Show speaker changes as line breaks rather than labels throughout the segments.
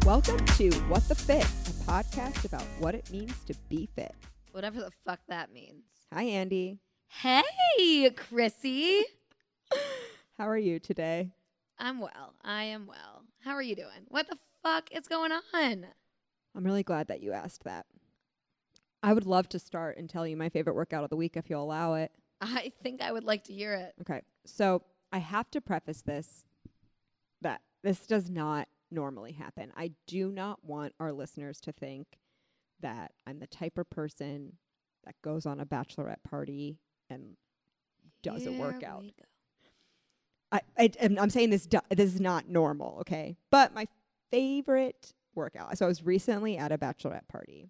to What the Fit, a podcast about what it means to be fit.
Whatever the fuck that means.
Hi, Andy.
Hey, Chrissy.
How are you today?
I'm well. I am well. How are you doing? What the fuck is going on?
I'm really glad that you asked that. I would love to start and tell you my favorite workout of the week if you'll allow it.
I think I would like to hear it.
Okay. So I have to preface this that this does not normally happen. I do not want our listeners to think that I'm the type of person that goes on a bachelorette party and does a
Here
workout.
we go.
I, I and I'm saying this do- this is not normal, okay? But my favorite workout. So I was recently at a bachelorette party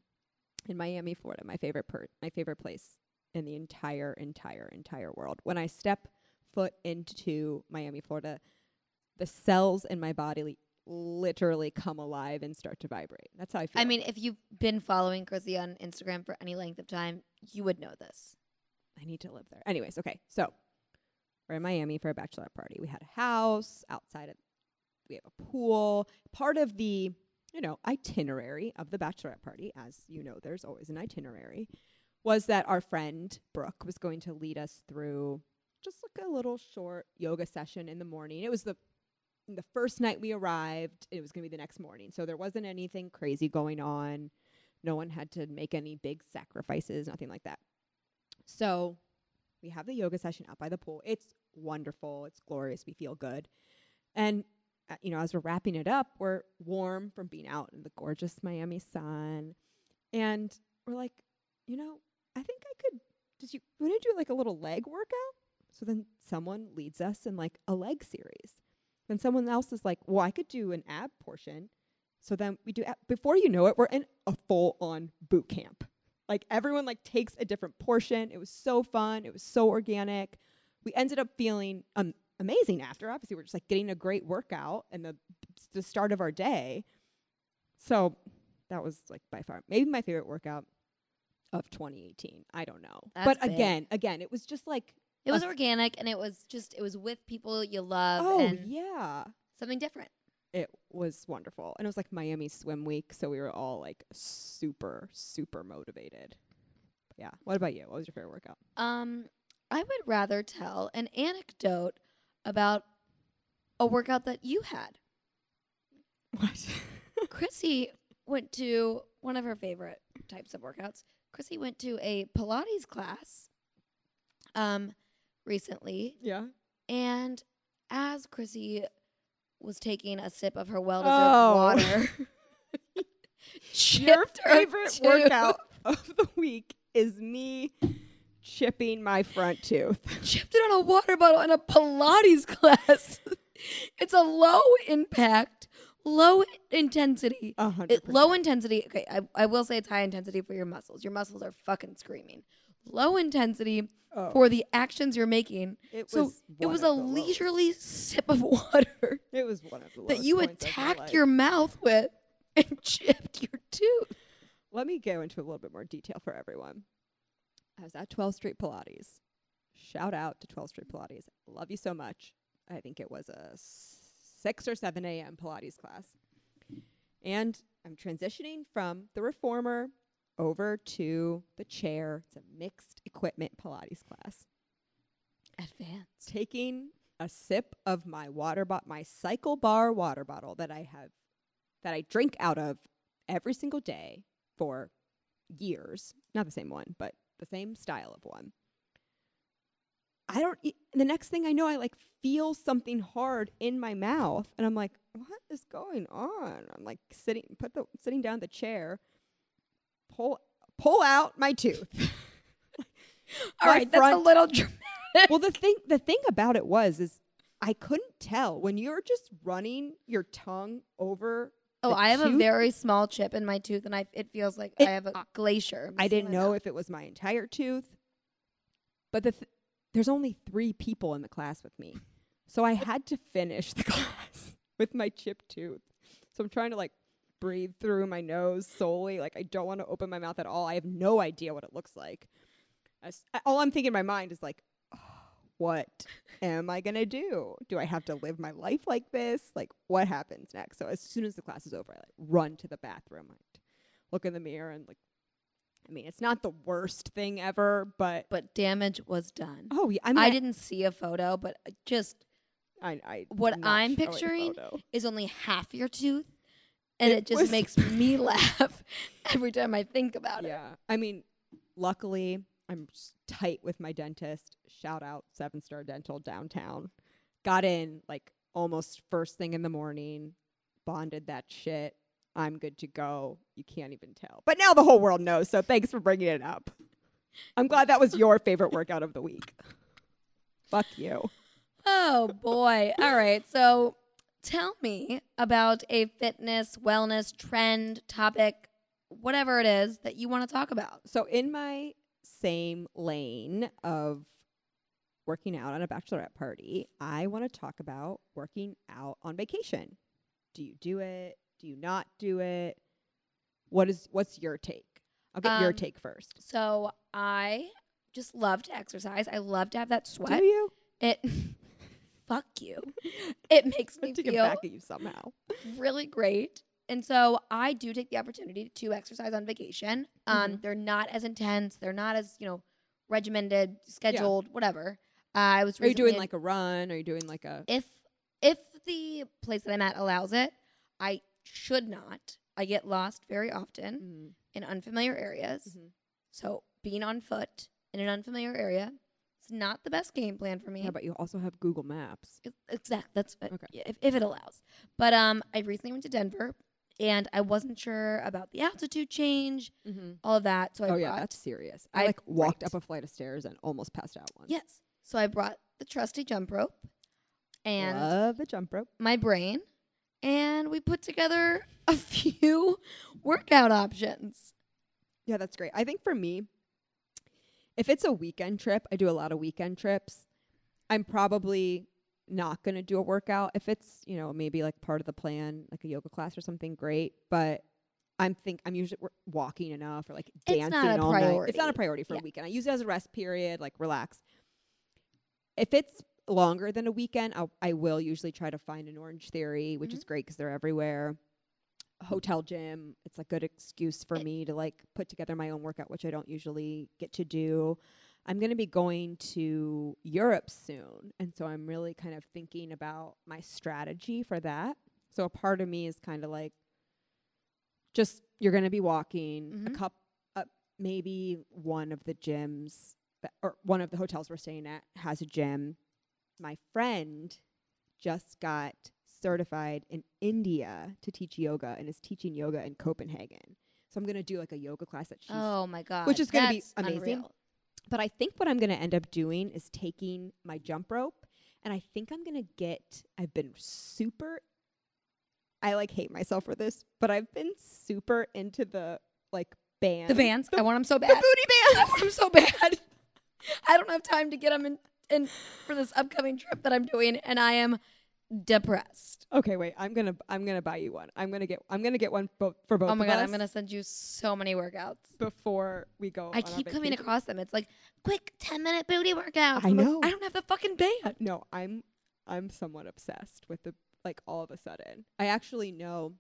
in Miami, Florida. My favorite per- my favorite place in the entire entire entire world. When I step foot into Miami, Florida, the cells in my body li- literally come alive and start to vibrate. That's how I feel.
I mean, if you've been following Chrissy on Instagram for any length of time, you would know this.
I need to live there. Anyways, okay. So we're in Miami for a bachelorette party. We had a house outside of we have a pool. Part of the, you know, itinerary of the bachelorette party, as you know, there's always an itinerary, was that our friend Brooke was going to lead us through just like a little short yoga session in the morning. It was the the first night we arrived, it was going to be the next morning. So there wasn't anything crazy going on. No one had to make any big sacrifices, nothing like that. So we have the yoga session out by the pool. It's wonderful. It's glorious. We feel good. And, uh, you know, as we're wrapping it up, we're warm from being out in the gorgeous Miami sun. And we're like, you know, I think I could, did you, want to do like a little leg workout? So then someone leads us in like a leg series. Then someone else is like, well, I could do an ab portion. So then we do, ab- before you know it, we're in a full on boot camp like everyone like takes a different portion it was so fun it was so organic we ended up feeling um, amazing after obviously we're just like getting a great workout and the the start of our day so that was like by far maybe my favorite workout of 2018 i don't know
That's
but
big.
again again it was just like
It was
Us-
organic and it was just, it was with people you love
oh
and
yeah
something different.
it was wonderful and it was like miami swim week so we were all like super super motivated yeah what about you what was your favorite workout
Um, I would rather tell an anecdote about a workout that you had.
what
Chrissy went to one of her favorite types of workouts. Chrissy went to a Pilates class um recently
yeah
and as Chrissy was taking a sip of her well deserved
Oh.
water
Your
chipped her
favorite
tooth.
workout of the week is me chipping my front tooth.
chipped it on a water bottle in a Pilates class. it's a low impact, low intensity
A hundred.
it, low intensity. Okay, I, I will say it's high intensity for your muscles. Your muscles are fucking screaming. Low intensity
Oh,
for the actions you're making.
it
so it
one
was
of
a
the lowest-
leisurely sip of water
It was one of the
that
lowest
you
points of my
attacked
life.
your mouth with and chipped your tooth.
Let me go into a little bit more detail for everyone. I was at 12th Street Pilates. Shout out to 12th Street Pilates. Love you so much. I think it was a s- 6 or 7 a.m. Pilates class. And I'm transitioning from the reformer over to the chair. It's a mixed equipment Pilates class.
Advanced.
Taking a sip of my water bot my cycle bar water bottle that I have that I drink out of every single day for years. Not the same one, but the same style of one. I don't e- the next thing I know I like feel something hard in my mouth and I'm like, what is going on? I'm like sitting put the sitting down the chair, pull pull out my tooth. My
All right, that's a
front-
little. Dr-
well the thing the thing about it was is i couldn't tell when you're just running your tongue over
oh,
the
I have a
tooth-
very small chip in my tooth, and I it feels like
It- uh,
I have a glacier.
i didn't know if it was my entire tooth but the th- there's only three people in the class with me so i had to finish the class with my chipped tooth so i'm trying to like breathe through my nose solely like i don't want to open my mouth at all i have no idea what it looks like I s- all i'm thinking in my mind is like oh, what am I going to do? Do I have to live my life like this? Like, what happens next? So as soon as the class is over, I like run to the bathroom, like look in the mirror, and like, I mean, it's not the worst thing ever, but
But damage was done.
oh yeah, I mean,
I didn't see a photo, but I just
I, I
what
did not
I'm
show a
picturing
photo.
is only half your tooth, and it,
It
just
was-
makes me laugh every time I think about it.
Yeah, I mean, luckily I'm s- tight with my dentist. Shout out Seven Star Dental downtown. Got in like almost first thing in the morning. Bonded that shit. I'm good to go. You can't even tell. But now the whole world knows. So thanks for bringing it up. I'm glad that was your favorite workout of the week. Fuck you.
Oh boy. All right. So tell me about a fitness, wellness trend, topic, whatever it is that you want to talk about.
So in my same lane of working out on a bachelorette party, I want to talk about working out on vacation. Do you do it? Do you not do it? What is what's your take? I'll get your
Um,
take first.
So I just love to exercise. I love to have that sweat.
Do you?
It fuck you. It makes
I
me
took it
feel
back at you somehow.
really great. And so I do take the opportunity to exercise on vacation. Um,
Mm-hmm.
They're not as intense. They're not as you know regimented, scheduled, whatever. Uh, I was
Are you
recently
doing
in-
like a run? Are you doing like a
if if the place that I'm at allows it, I should not. I get lost very often
mm,
in unfamiliar areas.
Mhm.
So being on foot in an unfamiliar area is not the best game plan for me.
How about you also have Google Maps?
Exactly. That's what,
Okay.
yeah, if, if it allows. But um, I recently went to Denver, and I wasn't sure about the altitude change,
Mm-hmm.
all of that. So I
Oh
brought,
yeah, that's serious.
I-
I like walked
right.
up a flight of stairs and almost passed out once.
yes. So I brought the trusty jump rope, and
love the jump rope.
my brain, and we put together a few workout options.
Yeah, that's great. I think for me, if it's a weekend trip, I do a lot of weekend trips. I'm probably not going to do a workout. If it's, you know, maybe like part of the plan, like a yoga class or something, great. But I'm think I'm usually w- walking enough or like
It's
dancing
not a
all night. It's not
priority.
a priority for
Yeah.
a weekend. I use it as a rest period, like relax. If it's longer than a weekend, I'll, I will usually try to find an Orange Theory, which is
Mm-hmm.
great because they're everywhere. A Hotel gym, it's a good excuse for
It-
me to like put together my own workout, which I don't usually get to do. I'm going to be going to Europe soon, and so I'm really kind of thinking about my strategy for that. So a part of me is kind of like, just you're going to be walking
Mhm.
a cup, uh, maybe one of the gyms that, or one of the hotels we're staying at has a gym. My friend just got certified in India to teach yoga and is teaching yoga in Copenhagen. So I'm going to do like a yoga class that she's
Oh my god,
Which is gonna be
that's
amazing.
unreal.
but I think what I'm going to end up doing is taking my jump rope and I think I'm going to get I've been super I like hate myself for this, but I've been super into the like band.
The bands, I want them so
The
bad.
booty bands.
I'm so bad. I don't have time to get them in, in for this upcoming trip that I'm doing, and I am depressed.
Okay, wait. I'm going to I'm going to buy you one. I'm going to get I'm going to get one bo- for both
Oh my
of
god,
us
I'm gonna send you so many workouts.
before we go
I
on our
keep coming
vacation.
across them. It's like quick ten minute booty workouts.
I
I'm like,
know.
I don't have the fucking band.
no, I'm I'm somewhat obsessed with the like all of a sudden. I actually know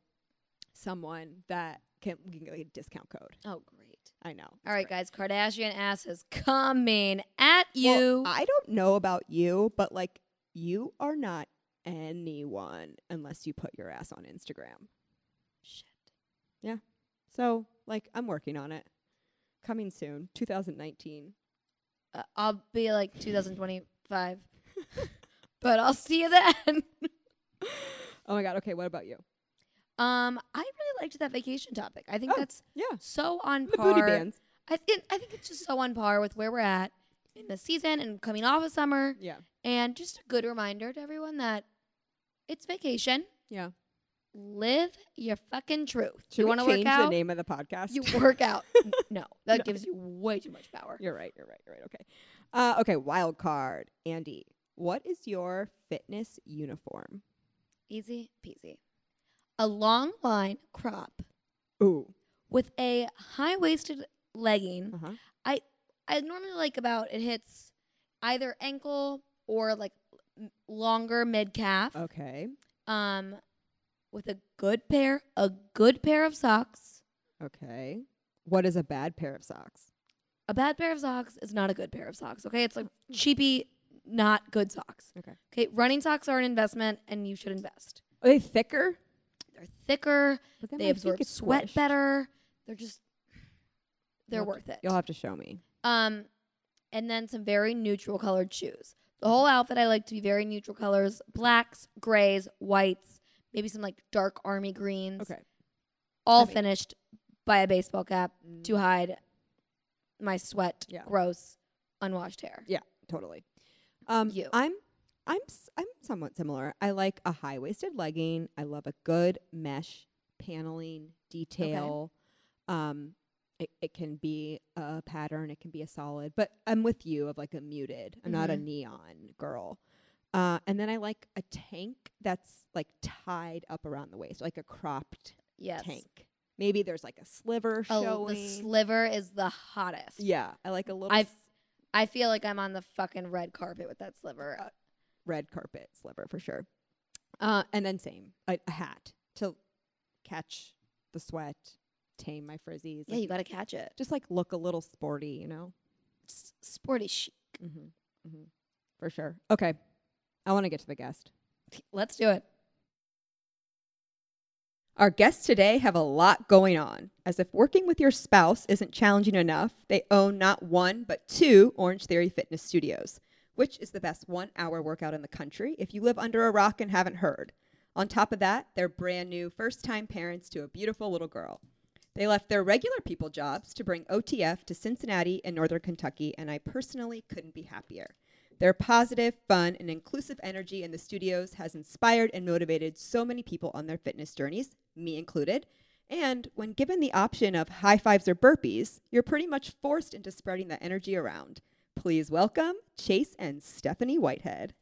someone that can we can get a discount code.
Oh great.
I know.
All right,
guys.
guys. Kardashian ass is coming at
Well,
you.
I don't know about you, but like you are not anyone unless you put your ass on Instagram.
Shit.
So, like I'm working on it. Coming soon, 2019.
Uh, I'll be like 2025, but I'll see you then.
Oh my god, okay, what about you?
Um, I really liked that vacation topic. I think
Oh,
that's
Yeah.
so on
The
par.
booty bands.
I think I think it's just so on par with where we're at in the season and coming off of summer,
Yeah.
and just a good reminder to everyone that it's vacation.
Yeah.
Live your fucking truth.
Should
you
we
want to
change
work out?
the name of the podcast?
You work out. N- no, that
No.
gives you way too much power.
You're right. You're right. You're right. Okay. Uh, okay. Wild card. Andy, what is your fitness uniform?
Easy peasy. A long line crop
Ooh.
with a high waisted legging.
Uh huh.
I normally like about it hits either ankle or like m- longer mid calf.
Okay.
Um, with a good pair, a good pair of socks.
Okay. What is a bad pair of socks?
A bad pair of socks is not a good pair of socks. Okay, it's like cheapy, not good socks.
Okay.
Okay, running socks are an investment, and you should invest.
Are they thicker?
They're thicker.
But then
they
my feet
absorb
get
sweat
squished.
better. They're just they're
You'll
worth it.
You'll have to show me.
Um, and then some very neutral colored shoes. The whole outfit I like to be very neutral colors: blacks, grays, whites, maybe some like dark army greens.
Okay.
All
I mean- Mm.
finished by a baseball cap to hide my sweat,
Yeah.
gross, unwashed hair.
totally. Um,
You.
I'm, I'm, s- I'm somewhat similar. I like a high waisted legging. I love a good mesh paneling detail. Um, it, it can be a pattern. It can be a solid. But I'm with you of like a muted. I'm not a
Mm-hmm.
neon girl. Uh, and then I like a tank that's like tied up around the waist, like a cropped
Yes.
tank. Maybe there's like a sliver
Oh,
showing.
the sliver is the hottest.
yeah, I like a little
I've-
s-
I feel like I'm on the fucking red carpet with that sliver.
Uh, red carpet sliver for sure. Uh, and then same a, a hat to catch the sweat, tame my frizzies.
yeah,
like,
you got to catch it.
just like look a little sporty, you know.
S- sporty chic.
Mm-hmm. Mm-hmm. For sure. Okay, I want to get to the guest.
Let's do it.
Our guests today have a lot going on. As if working with your spouse isn't challenging enough, they own not one, but two Orange Theory Fitness Studios, which is the best one hour workout in the country if you live under a rock and haven't heard. On top of that, they're brand new first time parents to a beautiful little girl. They left their regular people jobs to bring OTF to Cincinnati and Northern Kentucky, and I personally couldn't be happier. Their positive, fun, and inclusive energy in the studios has inspired and motivated so many people on their fitness journeys, me included. And when given the option of high fives or burpees, you're pretty much forced into spreading that energy around. Please welcome Chase and Stephanie Whitehead.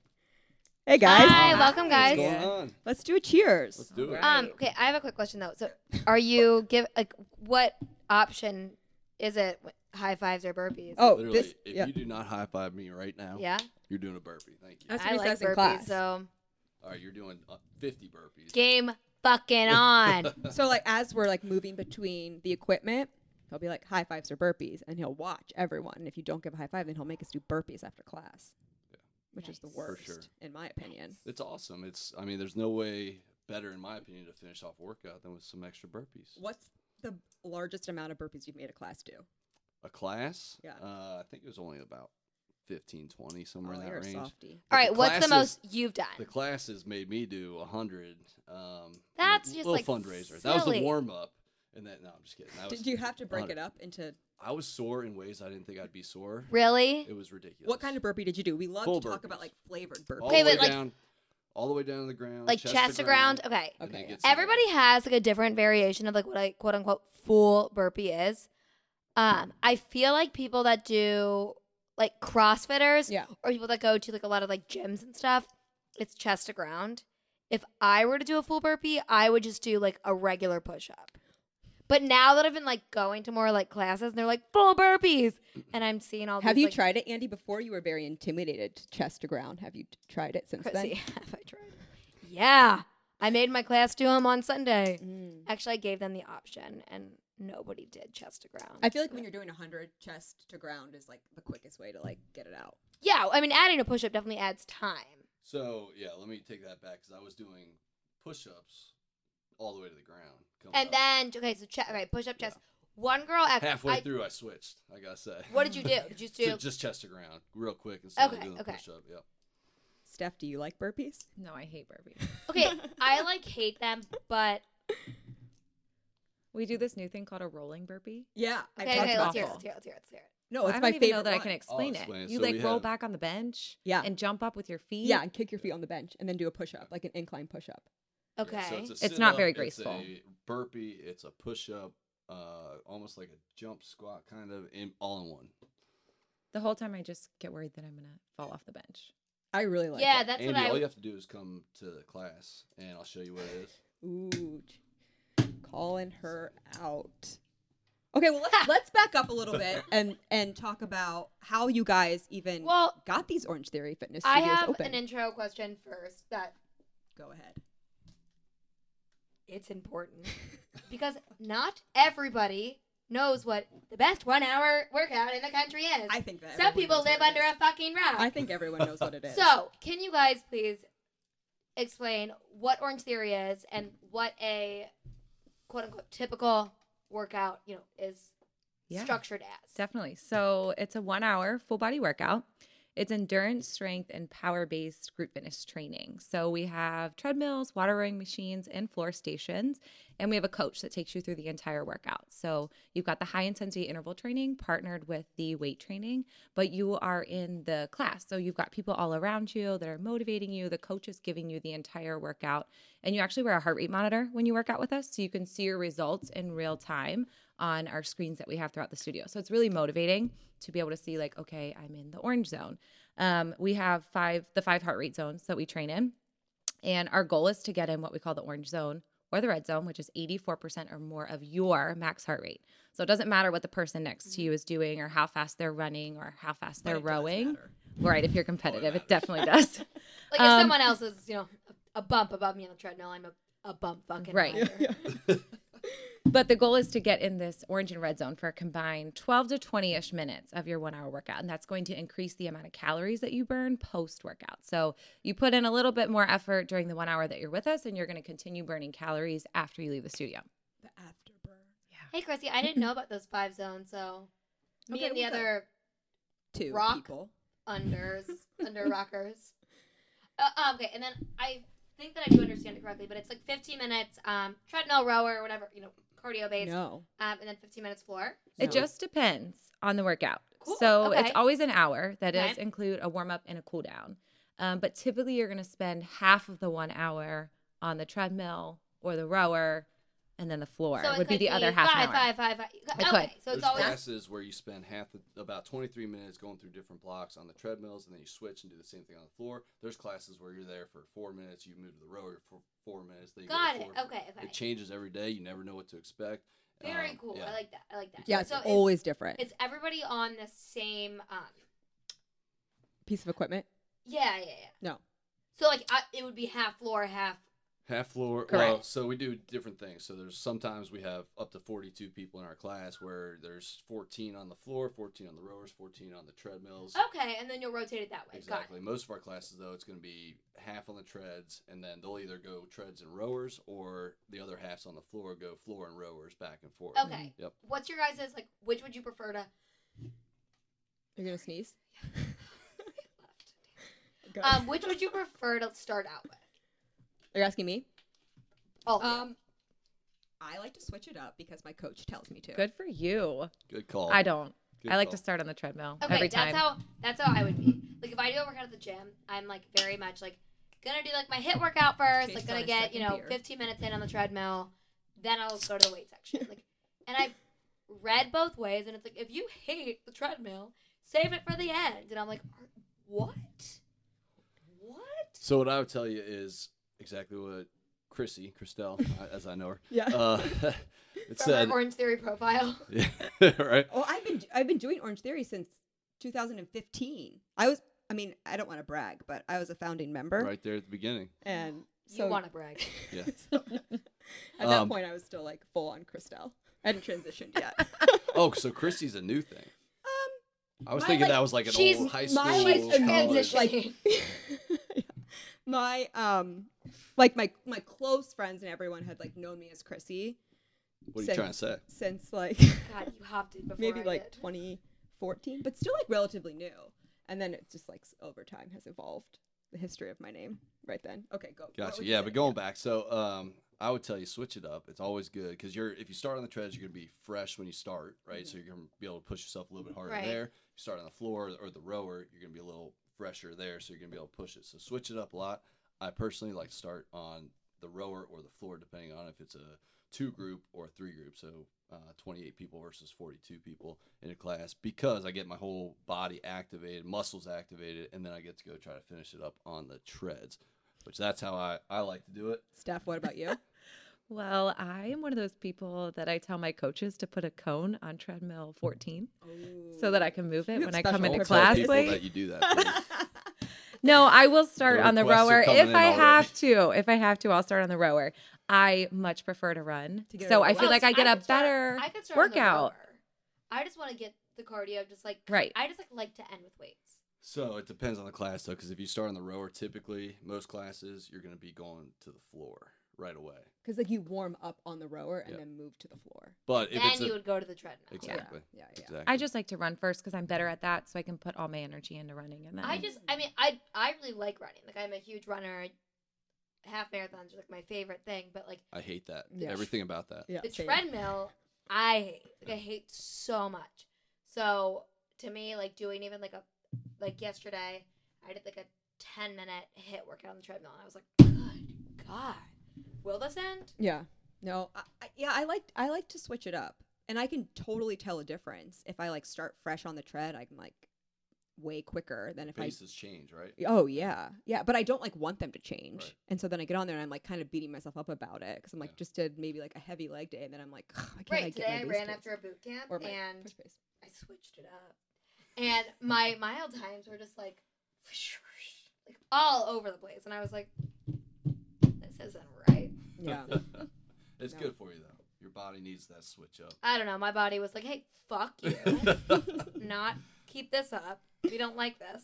Hey guys,
Hi, welcome, guys.
What's going on?
let's do a cheers.
Let's do it.
Um, okay, I have a quick question though. So, are you give like what option is it? wh- High fives or burpees?
oh,
Literally,
this
if
yeah.
you do not high five me right now,
yeah,
you're doing a burpee. Thank you.
That's what
I
he
like
says in
burpees.
class.
So,
All right, you're doing uh, 50 burpees.
game fucking on.
So like as we're like moving between the equipment, he'll be like high fives or burpees, and he'll watch everyone. And if you don't give a high five, then he'll make us do burpees after class,
Yeah.
which is the
Nice.
worst
For sure.
in my opinion.
It's awesome. It's I mean, there's no way better in my opinion to finish off workout than with some extra burpees.
What's the largest amount of burpees you've made a class do?
A class?
Yeah.
Uh, I think it was only about 15, 20 somewhere
oh,
in
you're a
that range.
softy.
But
All right, what's the
classes-
most you've done?
The classes made me do 100. Um,
That's
a
just,
little
like,
fundraiser. That was
silly.
the warm up. And that no, I'm just kidding. That was,
Did you have to break
100.
it up into
I was sore in ways I didn't think I'd be sore.
really?
It was ridiculous.
what kind of burpee did you do? We love
Full
to talk about
burpees.
like flavored burpees.
all
Okay,
the way
but, like-
down, all the way down to the ground,
Like chest, to ground. Okay.
and then
Okay,
get
yeah.
some-
Everybody has like a different variation of like what a quote unquote full burpee is. Um, I feel like people that do like CrossFitters
Yeah.
or people that go to like a lot of like gyms and stuff, it's chest to ground. If I were to do a full burpee, I would just do like a regular push up. But now that I've been like going to more like classes, and they're like full burpees, and I'm seeing all.
Have
these,
you
like,
tried it, Andy? Before you were very intimidated, to chest to ground. Have you t- tried it since
Chrissy, have I tried? it? Yeah, I made my class do them on Sunday.
then? Mm.
Actually, I gave them the option, and nobody did chest to ground.
I feel like when you're doing 100, chest to ground is like the quickest way to like get it out.
yeah, I mean, adding a push up definitely adds time.
So yeah, let me take that back because I was doing push-ups all the way to the ground. coming
And
up.
then okay, so chest, okay, push up chest. One girl actually.
halfway
I-
through, I switched. I gotta say.
What did you do? Did you
Ju-
do?
just chest to ground, real quick, instead
Okay,
of doing the
okay.
push-up. Yep.
Steph, do you like burpees?
No, I hate Burpees.
Okay, I like hate them, but
We do this new thing called a rolling burpee.
Yeah. I
okay,
talked
okay,
about
let's hear, it,
that.
awful.
let's hear it. Let's hear it. Let's hear it.
No, Oh, it's
I
my
don't even
favorite
know that
one.
I can explain,
Oh, explain
it.
it.
You
So
like
we
roll
had-
back on the bench,
Yeah.
and jump up with your feet.
Yeah, and kick your feet on the bench and then do a push up, like an incline push up.
Okay.
Yeah, so a
It's not
sit-up,
very graceful.
It's a burpee. It's a push-up. Uh, almost like a jump squat, kind of, in all in one.
The whole time, I just get worried that I'm gonna fall off the bench.
I really like
yeah,
it.
that's
Andy,
what I.
all you have to do is come to the class, and I'll show you what it is.
Ooh. ch- Calling her out. Okay, well let's, let's back up a little bit and and talk about how you guys even
Well,
got these Orange Theory Fitness
I
studios
have
open.
an intro question first that
Go ahead.
it's important because not everybody knows what the best one hour workout in the country is.
I think that
Some
everyone
people
knows what it
live under
is.
a fucking rock.
I think everyone knows what it is.
So, can you guys please explain what Orange Theory is and what a quote unquote typical workout, you know, is
Yeah.
structured as?
Definitely. So it's a one hour full body workout. It's endurance, strength, and power based group fitness training. So we have treadmills, water rowing machines, and floor stations. And we have a coach that takes you through the entire workout. So you've got the high intensity interval training partnered with the weight training, but you are in the class. So you've got people all around you that are motivating you. The coach is giving you the entire workout. And you actually wear a heart rate monitor when you work out with us. So you can see your results in real time on our screens that we have throughout the studio. So it's really motivating to be able to see like, okay, I'm in the orange zone. Um, we have five the five heart rate zones that we train in, and our goal is to get in what we call the orange zone or the red zone, which is 84% or more of your max heart rate. So it doesn't matter what the person next to you is doing or how fast they're running or how fast
But
they're
it does
rowing.
matter.
Right, if you're competitive, it definitely does.
Like if
Um,
someone else is, you know, a, a bump above me on the treadmill, I'm a, a bump fucking
Right.
rider.
But the goal is to get in this orange and red zone for a combined 12 to 20 ish minutes of your one hour workout. And that's going to increase the amount of calories that you burn post workout. So you put in a little bit more effort during the one hour that you're with us, and you're going to continue burning calories after you leave the studio.
The afterburn.
Hey, Chrissy, I didn't know about those five zones, so me
Okay,
and the
well, good.
other
Two
Rock.
people.
unders, under rockers. Uh, um, okay, and then I think that I do understand it correctly, but it's like 15 minutes um, treadmill rower, or whatever, you know, cardio based,
No.
um, and then 15 minutes floor.
It
No.
just depends on the workout.
Cool.
So
Okay.
it's always an hour that does
Okay.
include a warm up and a cool down. Um, but typically, you're going to spend half of the one hour on the treadmill or the rower, and then the floor
So it
would be
could
the other half an
five,
hour.
five, five, five.
It
Okay, so
There's
it's always
classes where you spend half the, about 23 minutes going through different blocks on the treadmills, and then you switch and do the same thing on the floor. There's classes where you're there for four minutes, you move to the rower for four minutes. Then you go to
got it.
floor for-
Okay, okay.
It changes every day. You never know what to expect.
Very
Um,
cool.
yeah.
I like that. I like that.
Yeah, it's
so
always different.
Is, is everybody on the same? Um,
Piece of equipment.
yeah, yeah, yeah.
No.
So like, I, it would be half floor, half.
Half floor. Well,
Correct.
so we do different things. So there's sometimes we have up to 42 people in our class where there's 14 on the floor, 14 on the rowers, 14 on the treadmills.
Okay, and then you'll rotate it that way.
Exactly. Most of our classes, though, it's going to be half on the treads, and then they'll either go treads and rowers, or the other half's on the floor, go floor and rowers back and forth.
Got it. Okay.
Yep.
What's your guys' like? Which would you prefer to?
You're gonna sneeze. Go.
Um, which would you prefer to start out with?
Are you asking me?
Oh,
Um, I like to switch it up because my coach tells me to.
Good for you.
Good call.
I don't.
Good
I like
call.
to start on the treadmill
Okay,
every
that's
time.
how that's how I would be. Like if I do a workout at the gym, I'm like very much like gonna do like my hit workout first,
Okay,
like
so
gonna
a
get, you
second
know,
beer.
15 minutes in on the treadmill, then I'll go to the weight section. Like and I've read both ways and it's like if you hate the treadmill, save it for the end. And I'm like, "Are- "What? What?"
So what I would tell you is exactly what Chrissy, Christelle, I- as I know her,
Yeah.
uh, it
From
said.
her Orange Theory profile.
Yeah, right.
oh, I've been I've been doing Orange Theory since 2015. I was I mean I don't want to brag, but I was a founding member,
Right there at the beginning.
and so
you want to brag.
Yeah.
so- at that
Um,
point, I was still like full on Christelle. I hadn't transitioned yet.
Oh, so Chrissy's a new thing.
um,
I was
My,
thinking
like-
that was like an
she's-
old high school.
my
like,
college.
immediate, like
Transitioning.
Yeah. my um like my my close friends and everyone had like known me as Chrissy
What are you
since-
trying to say?
since like
God, you hopped it before
maybe
I
like
did.
2014, but still like relatively new. And then it's just like s- over time has evolved the history of my name right then. Okay, go. what
Gotcha.
would you
Yeah,
say?
but going back, so um, I would tell you switch it up. It's always good because you're if you start on the treads, you're gonna be fresh when you start, right? So you're gonna be able to push yourself a little bit harder
Right.
there. You start on the floor or the rower, you're gonna be a little fresher there, so you're gonna be able to push it. So switch it up a lot. I personally like to start on the rower or the floor, depending on if it's a two group or a three group. So uh, 28 people versus 42 people in a class because I get my whole body activated, muscles activated, and then I get to go try to finish it up on the treads, which that's how I, I like to do it.
Steph, what about you?
Well, I am one of those people that I tell my coaches to put a cone on treadmill 14
Oh.
so that I can move it
You have
when I come
special
Don't
into
purpose.
tell
class
people
late.
that you do that. please.
No, I will start
The
on the
requests are
rower
coming
if
in
I
already.
have to. If I have to, I'll start on the rower. I much prefer to run.
To get
so
it
I
over
feel
with.
like I get
a
a better
I could start on the
workout.
rower. I just want to get the cardio. Just like
Right.
I just like like to end with weights.
So it depends on the class, though, because if you start on the rower, typically most classes you're going to be going to the floor right away.
Because like you warm up on the rower and
Yeah.
then move to the floor.
But if
Then
it's a-
you would go to the treadmill.
exactly,
Yeah, yeah.
exactly.
I just like to run first because I'm better at that, so I can put all my energy into running. And then
I just, I mean, I I really like running. Like I'm a huge runner. Half marathons are like my favorite thing, but like
I hate that.
Yeah.
Everything about that.
Yeah,
the
same.
treadmill, I hate. Like I hate so much. So to me, like doing even like a like yesterday, I did like a ten minute hit workout on the treadmill, and I was like, good god, will this end?
Yeah. No. I, I, yeah, I like I like to switch it up, and I can totally tell a difference if I like start fresh on the tread. I'm like way quicker than if I
Faces change, right?
Oh yeah, yeah. But I don't like want them to change,
Right.
and so then I get on there and I'm like kind of beating myself up about it because I'm like
Yeah.
just did maybe like a heavy leg day, and then I'm like, "Ugh, why can't I
Right
get my
today, I
base
ran
pace?"
after a boot camp,
or my
and
push pace.
I switched it up, and my mile times were just like, like all over the place, and I was like, this isn't right.
Yeah,
it's
No.
good for you though. Your body needs that switch up.
I don't know. My body was like, hey, fuck you. Not keep this up. We don't like this.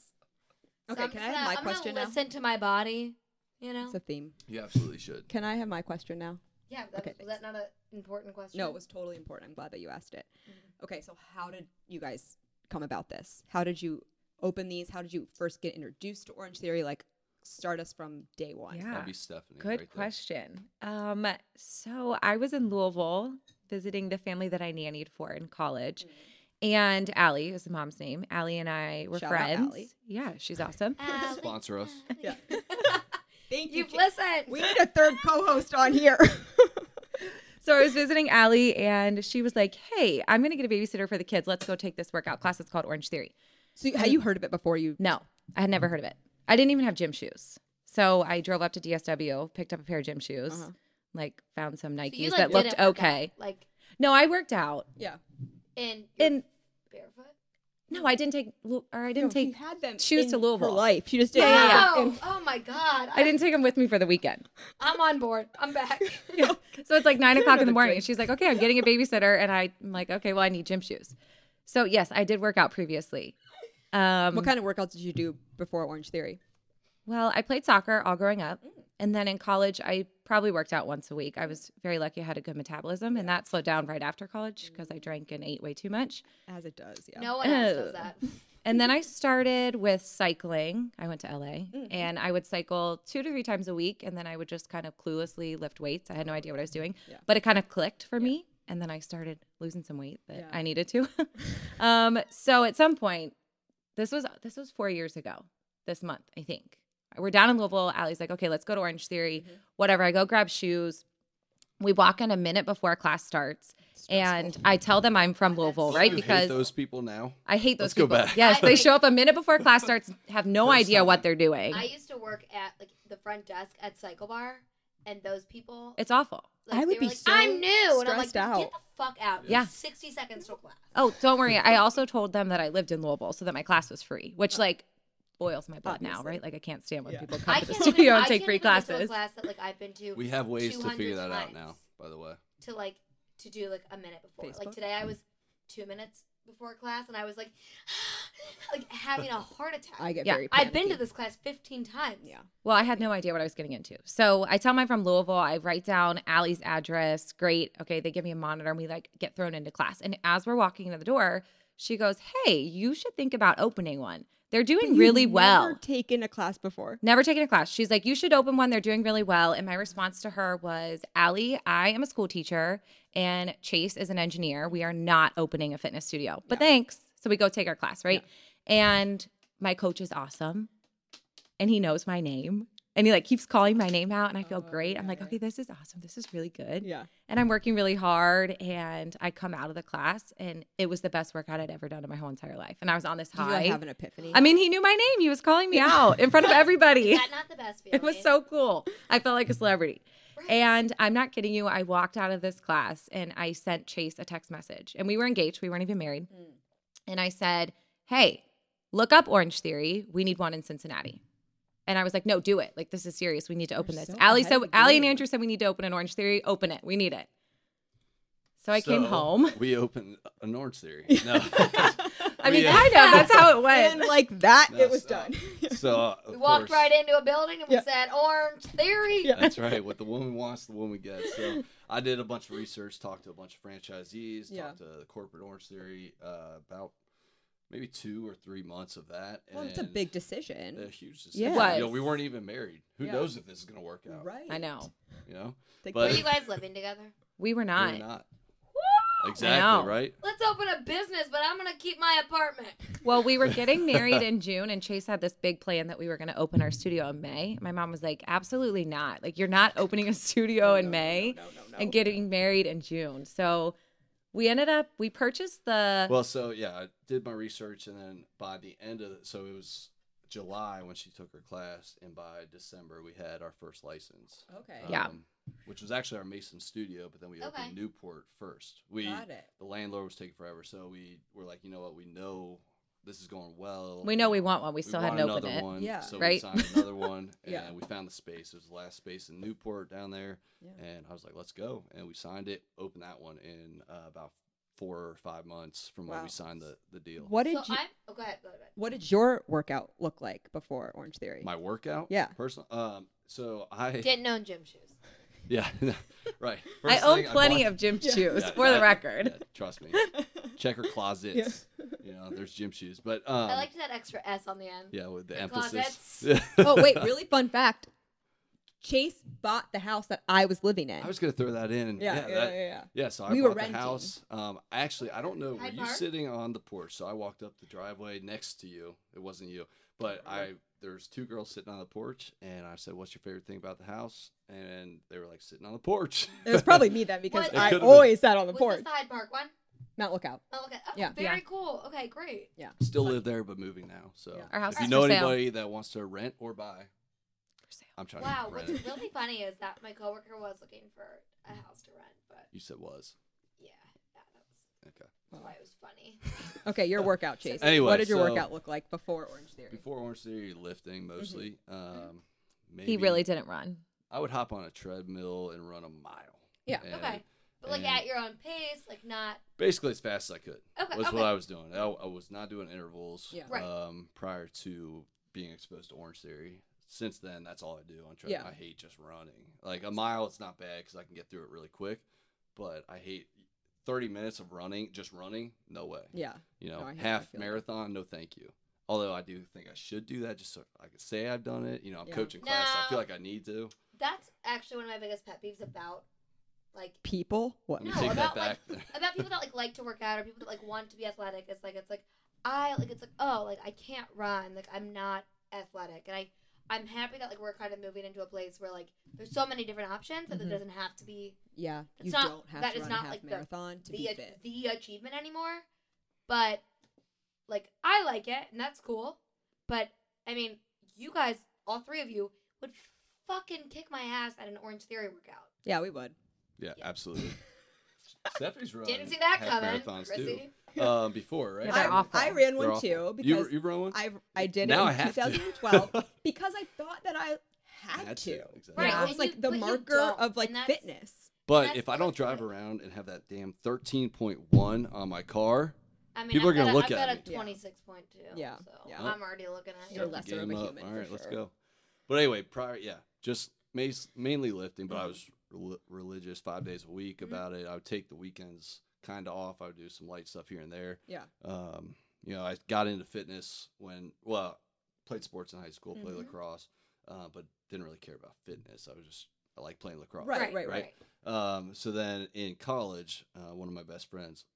Okay,
I'm
can
just
I have
gonna-
my
I'm gonna
question now?
Listen to my body. You know.
it's a theme.
you absolutely should.
Can I have my question now?
yeah. That,
okay,
was that not an important question?
No, it was totally important. I'm glad that you asked it. Okay, so how did you guys come about this? How did you open these? How did you first get introduced to Orange Theory? Like, start us from day one.
yeah.
That'd be Stephanie.
Good
right there.
question. Um, so I was in Louisville visiting the family that I nannied for in college. And Allie is the mom's name. Allie and I were
Mm-hmm. Shout out
friends.
Allie.
Yeah, she's awesome.
Allie,
Sponsor us.
Allie.
Yeah. Thank
Uh, You've
Jane.
listened.
We need a third co-host on here.
So I was visiting Allie and she was like, Hey, I'm gonna get a babysitter for the kids. Let's go take this workout class. It's called Orange Theory.
so, had you heard of it before? You
No, I had
Mm-hmm.
never heard of it. I didn't even have gym shoes. So I drove up to DSW, picked up a pair of gym shoes,
Uh-huh.
like found some
So
Nikes
you, like,
that
didn't
looked
work
okay.
out, like
No, I worked out.
yeah.
in
And
barefoot.
no, I didn't take Lu- or I didn't
No,
take
she had them
shoes
in
to Louisville.
Her life, she just did.
yeah,
Wow. Oh my god.
I didn't take them with me for the weekend.
I'm on board. I'm back.
Yeah. So it's like nine o'clock in the
Another
morning.
drink.
She's like, okay, I'm getting a babysitter. And I- I'm like, okay, well, I need gym shoes. So yes, I did work out previously. Um,
What kind of workouts did you do before Orange Theory?
Well, I played soccer all growing up. And then in college, I probably worked out once a week. I was very lucky I had a good metabolism, and that slowed down right after college because I drank and ate way too much.
As it does, yeah.
No one else
Oh.
does that.
And then I started with cycling. I went to LA
Mm-hmm.
and I would cycle two to three times a week. And then I would just kind of cluelessly lift weights. I had no idea what I was doing,
Yeah.
but it kind of clicked for me. And then I started losing some weight that
Yeah.
I needed to. um, so at some point, this was this was four years ago. This month, I think we're down in Louisville. Allie's like, okay, let's go to Orange Theory.
Mm-hmm.
Whatever. I go grab shoes. We walk in a minute before class starts, and I tell them I'm from Louisville, right?
You hate
Because
those people now.
I hate those
Let's go
people.
back.
Yes,
I-
they show up a minute before class starts, have no
First
idea
time.
what they're doing.
I used to work at like the front desk at Cycle Bar, and those people.
It's awful.
like,
I would
they were
be
like,
so
I'm new, and I'm like,
stressed out.
get the fuck out.
Yeah.
sixty seconds till class.
Oh, don't worry. I also told them that I lived in Louisville, so that my class was free, which like boils my blood now,
Obviously.
right? Like I can't stand when
Yeah.
people come
I
to the
can't
studio
even, I
and take
can't
free
even get to a
classes.
class that like I've been to
We have ways to
200
figure that out
times.
now. By the way,
to like to do like a minute before.
Facebook?
Like today, I was two minutes before class, and I was like, like having a heart attack.
I get
Yeah.
very.
I've been to
panicky.
this class fifteen times.
Yeah.
Well, I had no idea what I was getting into. So I tell my from Louisville, I write down Allie's address. Great. Okay. They give me a monitor and we like get thrown into class. And as we're walking into the door, she goes, Hey, you should think about opening one. They're doing
You've
really well.
Never taken a class before.
Never taken a class. She's like, you should open one. They're doing really well. And my response to her was, Allie, I am a school teacher and Chase is an engineer. We are not opening a fitness studio, but thanks. So we go take our class, right? And my coach is awesome and he knows my name. And he like keeps calling my name out and I feel
Oh,
great. I'm like,
okay.
okay, this is awesome. This is really good.
Yeah.
And I'm working really hard and I come out of the class and it was the best workout I'd ever done in my whole entire life. And I was on this
Did you like,
high.
have an epiphany?
I mean, he knew my name. He was calling me out in front of everybody.
Is that not the best feeling?
It was so cool. I felt like a celebrity.
Right.
And I'm not kidding you. I walked out of this class and I sent Chase a text message. And we were engaged, we weren't even married.
Mm.
And I said, Hey, look up Orange Theory. We need one in Cincinnati. And I was like, No, do it. Like, this is serious. We need to open
You're
this.
so
Allie,
ahead of
so
the
Allie
game.
and Andrew said we need to open an Orange Theory. Open it. We need it. So I came
So,
home.
We opened an orange theory. No.
I
we,
mean,
uh,
kind of. That's how it
and
went.
like that,
No,
it was
so-
done.
so uh,
We
of
walked
course-
right into a building and we
Yeah.
said, Orange Theory.
Yeah.
That's right. What the woman wants, the woman gets. So I did a bunch of research, talked to a bunch of franchisees,
Yeah.
talked to the corporate Orange Theory uh, about maybe two or three months of that.
well, it's a
and
big
a
decision.
huge decision.
It
You know, we
was.
weren't even married. Who
Yeah.
knows if this is going to work out?
Right.
I know.
You know,
Take
But-
Were
the-
you guys living together?
We
We were
were
not.
not.
Woo!
know.
Exactly right.
Let's open a business, but I'm gonna keep my apartment.
Well, we were getting married in June, and Chase had this big plan that we were going to open our studio in May. My mom was like, "Absolutely not! Like, you're not opening a studio in May
No, no, no.
and getting married in June." So we ended up we purchased the
Well, so yeah, I did my research, and then by the end of so it was July when she took her class, and by December we had our first license.
okay.
Yeah.
um, Which was actually our Mason studio, but then we
Okay.
opened Newport first. We
Got it.
the landlord was taking forever, so we were like, you know what, we know this is going well.
we know we want one. We still
want
hadn't opened
another
it.
One,
Yeah.
so
Right.
we signed another one, and
Yeah.
we found the space. It was the last space in Newport down there,
Yeah.
and I was like, let's go. And we signed it, opened that one in uh, about four or five months from when
Wow.
we signed the, the deal.
What did
so
you?
I'm oh go ahead, go ahead.
What did your workout look like before Orange Theory?
My workout,
Yeah.
personal. Um, so I,
Didn't own gym shoes.
yeah, right.
I
First
own
thing
plenty
bought-
of gym
Yeah.
shoes,
Yeah,
for the
I-
record.
yeah, trust me, checker closets. You know, there's gym shoes, but um,
I liked that extra S on the end.
yeah, with the
closets.
emphasis.
oh wait, really fun fact. Chase bought the house that I was living in.
I was gonna throw that in.
yeah, yeah, yeah,
that-
yeah, yeah.
Yeah, so I
We were
bought the
renting.
house. Um, actually, I don't know. Were
Hyde
you
Park?
sitting on the porch? So I walked up the driveway next to you. It wasn't you, but I there's two girls sitting on the porch, and I said, "What's your favorite thing about the house?" And they were like sitting on the porch.
It was probably me then because
It
I
could've been.
always sat on the
Was
porch.
this the Hyde Park one?
Mount Lookout.
Oh, okay. Oh,
Yeah.
very
Yeah.
cool. Okay, great.
Still live there, but moving now. So
Yeah.
Our house
if you
is
know
for sale.
anybody that wants to rent or buy,
For sale.
I'm trying
Wow,
to
what's
rent. Mm.
really funny is that my coworker was looking for a house to rent, but
You said was
yeah, yeah that was
okay.
that's why it was funny.
Okay, your workout, Chase.
Anyway,
what did your
Uh, so-
workout look like before Orange Theory?
Before Orange Theory, lifting mostly. Um, maybe
He really didn't run.
I would hop on a treadmill and run a mile.
Yeah.
And
okay, but like
and-
at your own pace, like not
basically as fast as I could.
Okay,
was
okay.
what I was doing. I, I was not doing intervals
Yeah.
Right.
um, prior to being exposed to Orange Theory. Since then, that's all I do on treadmill.
Yeah.
I hate just running. Like a mile, it's not bad because I can get through it really quick. But I hate thirty minutes of running, just running. No way.
Yeah.
You know,
No, I hear- I
half
feel that.
marathon. No, thank you. Although I do think I should do that, just so I can say I've done it. You know, I'm
Yeah.
coaching class. so I
No.
feel like I need to.
That's actually one of my biggest pet peeves about like
People? What?
Let me
No,
take that
about,
back.
like, about people that like like to work out or people that like want to be athletic. It's like it's like I like it's like oh like I can't run like I'm not athletic and I I'm happy that like we're kind of moving into a place where like there's so many different options that
Mhm.
it doesn't have to be
Yeah.
It's
You
not-
don't have
that
to
is
run a
not,
half
like, the-
marathon to
the
be
a-
fit.
the achievement anymore. But like I like it and that's cool. But I mean, you guys, all three of you, would fucking kick my ass at an Orange Theory workout.
yeah, we would.
yeah, absolutely. Stephanie's running.
Didn't see that
half
coming,
marathons, too.
Chrissy.
um, before, right?
Yeah, they're
I,
awful.
I ran
They're
one
awful.
too
You,
because
you run one?
I I did
Now I
it in
have to.
2012 because I thought that I had,
Had
to.
to, exactly.
Right.
Right,
It was
and
like
you-
the
but you
marker
don't,
of like
and that's-
fitness.
but
That's
if I
the
don't
whole
drive
point.
around and have that damn 13.1 on my car,
I mean,
People
I've
are gonna
got a-
look
I've
at Oh.
got
me.
a
Yeah.
26.2.
Yeah,
So
yeah.
I'm already looking at
You're
you.
less
lesser
of a human,
All
for
right, let's
sure.
go. But anyway, prior, yeah, just mas- mainly lifting, but I
Mhm.
was rel- religious five days a week
Mhm.
Mm-hmm.
about it. I would take the weekends kind of off. I would do some light stuff here and there.
Yeah.
Um, you know, I got into fitness when, well, played sports in high school, played
Mm-hmm.
Mhm.
lacrosse, uh, but didn't really care about fitness. I was just, I like playing lacrosse.
Right, right, right.
Um, so then in college, uh, one of my best friends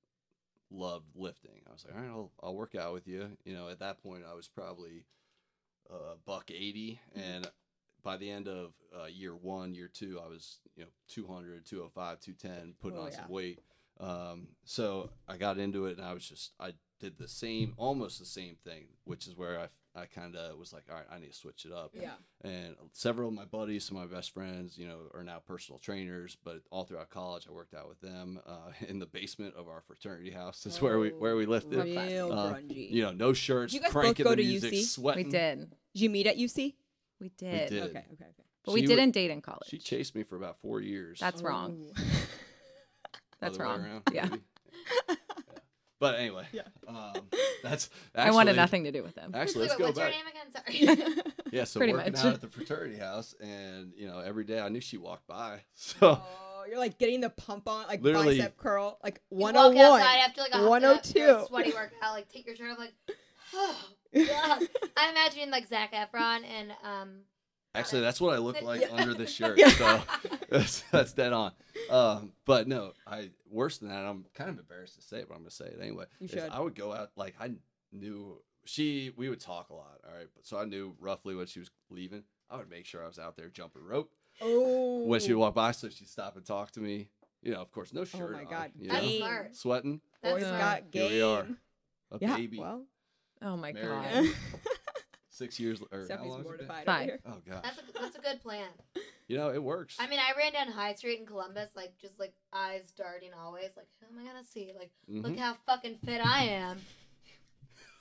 loved lifting. I was like, all right, I'll, I'll work
Mm-hmm.
out with you. You know, at that point, I was probably a buck 80 uh, and by the end of uh, year one, year two, I was you know 200, 205, 210, putting
Oh,
on
yeah.
some weight. Um, so I got into it, and I was just I did the same, almost the same thing, which is where I I kind of was like, all right, I need to switch it up.
Yeah.
And several of my buddies, some of my best friends, you know, are now personal trainers. But all throughout college, I worked out with them uh, in the basement of our fraternity house. Is where we where
Oh,
we lifted.
Real
Uh,
grungy.
You know, no shirts,
You guys both
cranking
go
the
to
music,
UC? We
We
sweating.
did.
Did you meet at UC?
We did.
Okay,
did.
okay, okay.
But we
She wa-
didn't date in college.
She chased me for about four years.
That's wrong. That's
other way
wrong.
around,
Yeah.
maybe. Yeah. But anyway, um, that's
I wanted
actually-
nothing to do with them.
Actually, let's
Wait,
go
what's
back.
your name again? Sorry.
Yeah, so
Pretty
working
much.
out at the fraternity house, and you know, every day I knew she walked by, so
Oh, you're like getting the pump on, like
Literally-
bicep curl, like
You walk
101.
outside after like a hot-
102.
sweaty workout, like take your shirt off, like. yeah. I'm imagining like Zach Efron and um.
actually that's what I look like
Yeah.
under this shirt.
Yeah.
So that's, that's dead on. Um, but no, I worse than that. I'm kind of embarrassed to say it, but I'm gonna say it anyway.
You
is
should.
I would go out like I knew she. We would talk a lot, all right. But so I knew roughly when she was leaving. I would make sure I was out there jumping rope.
Oh.
when she would walk by, so she'd stop and talk to me. You know, of course, no
Oh
shirt.
my
on,
God.
you
That's
know,
game.
smart.
sweating.
That's
Boys
smart.
got game.
Here we are, a
Yeah.
baby.
Well,
Oh my
Mary.
god.
Yeah. Six years l- or how
Stephanie's
long has it been?
mortified
Five.
over here.
Oh god,
That's a that's a good plan.
you know it works.
I mean, I ran down High Street in Columbus, like just like eyes darting always, like who am I gonna see? Like
Mhm.
look how fucking fit I am.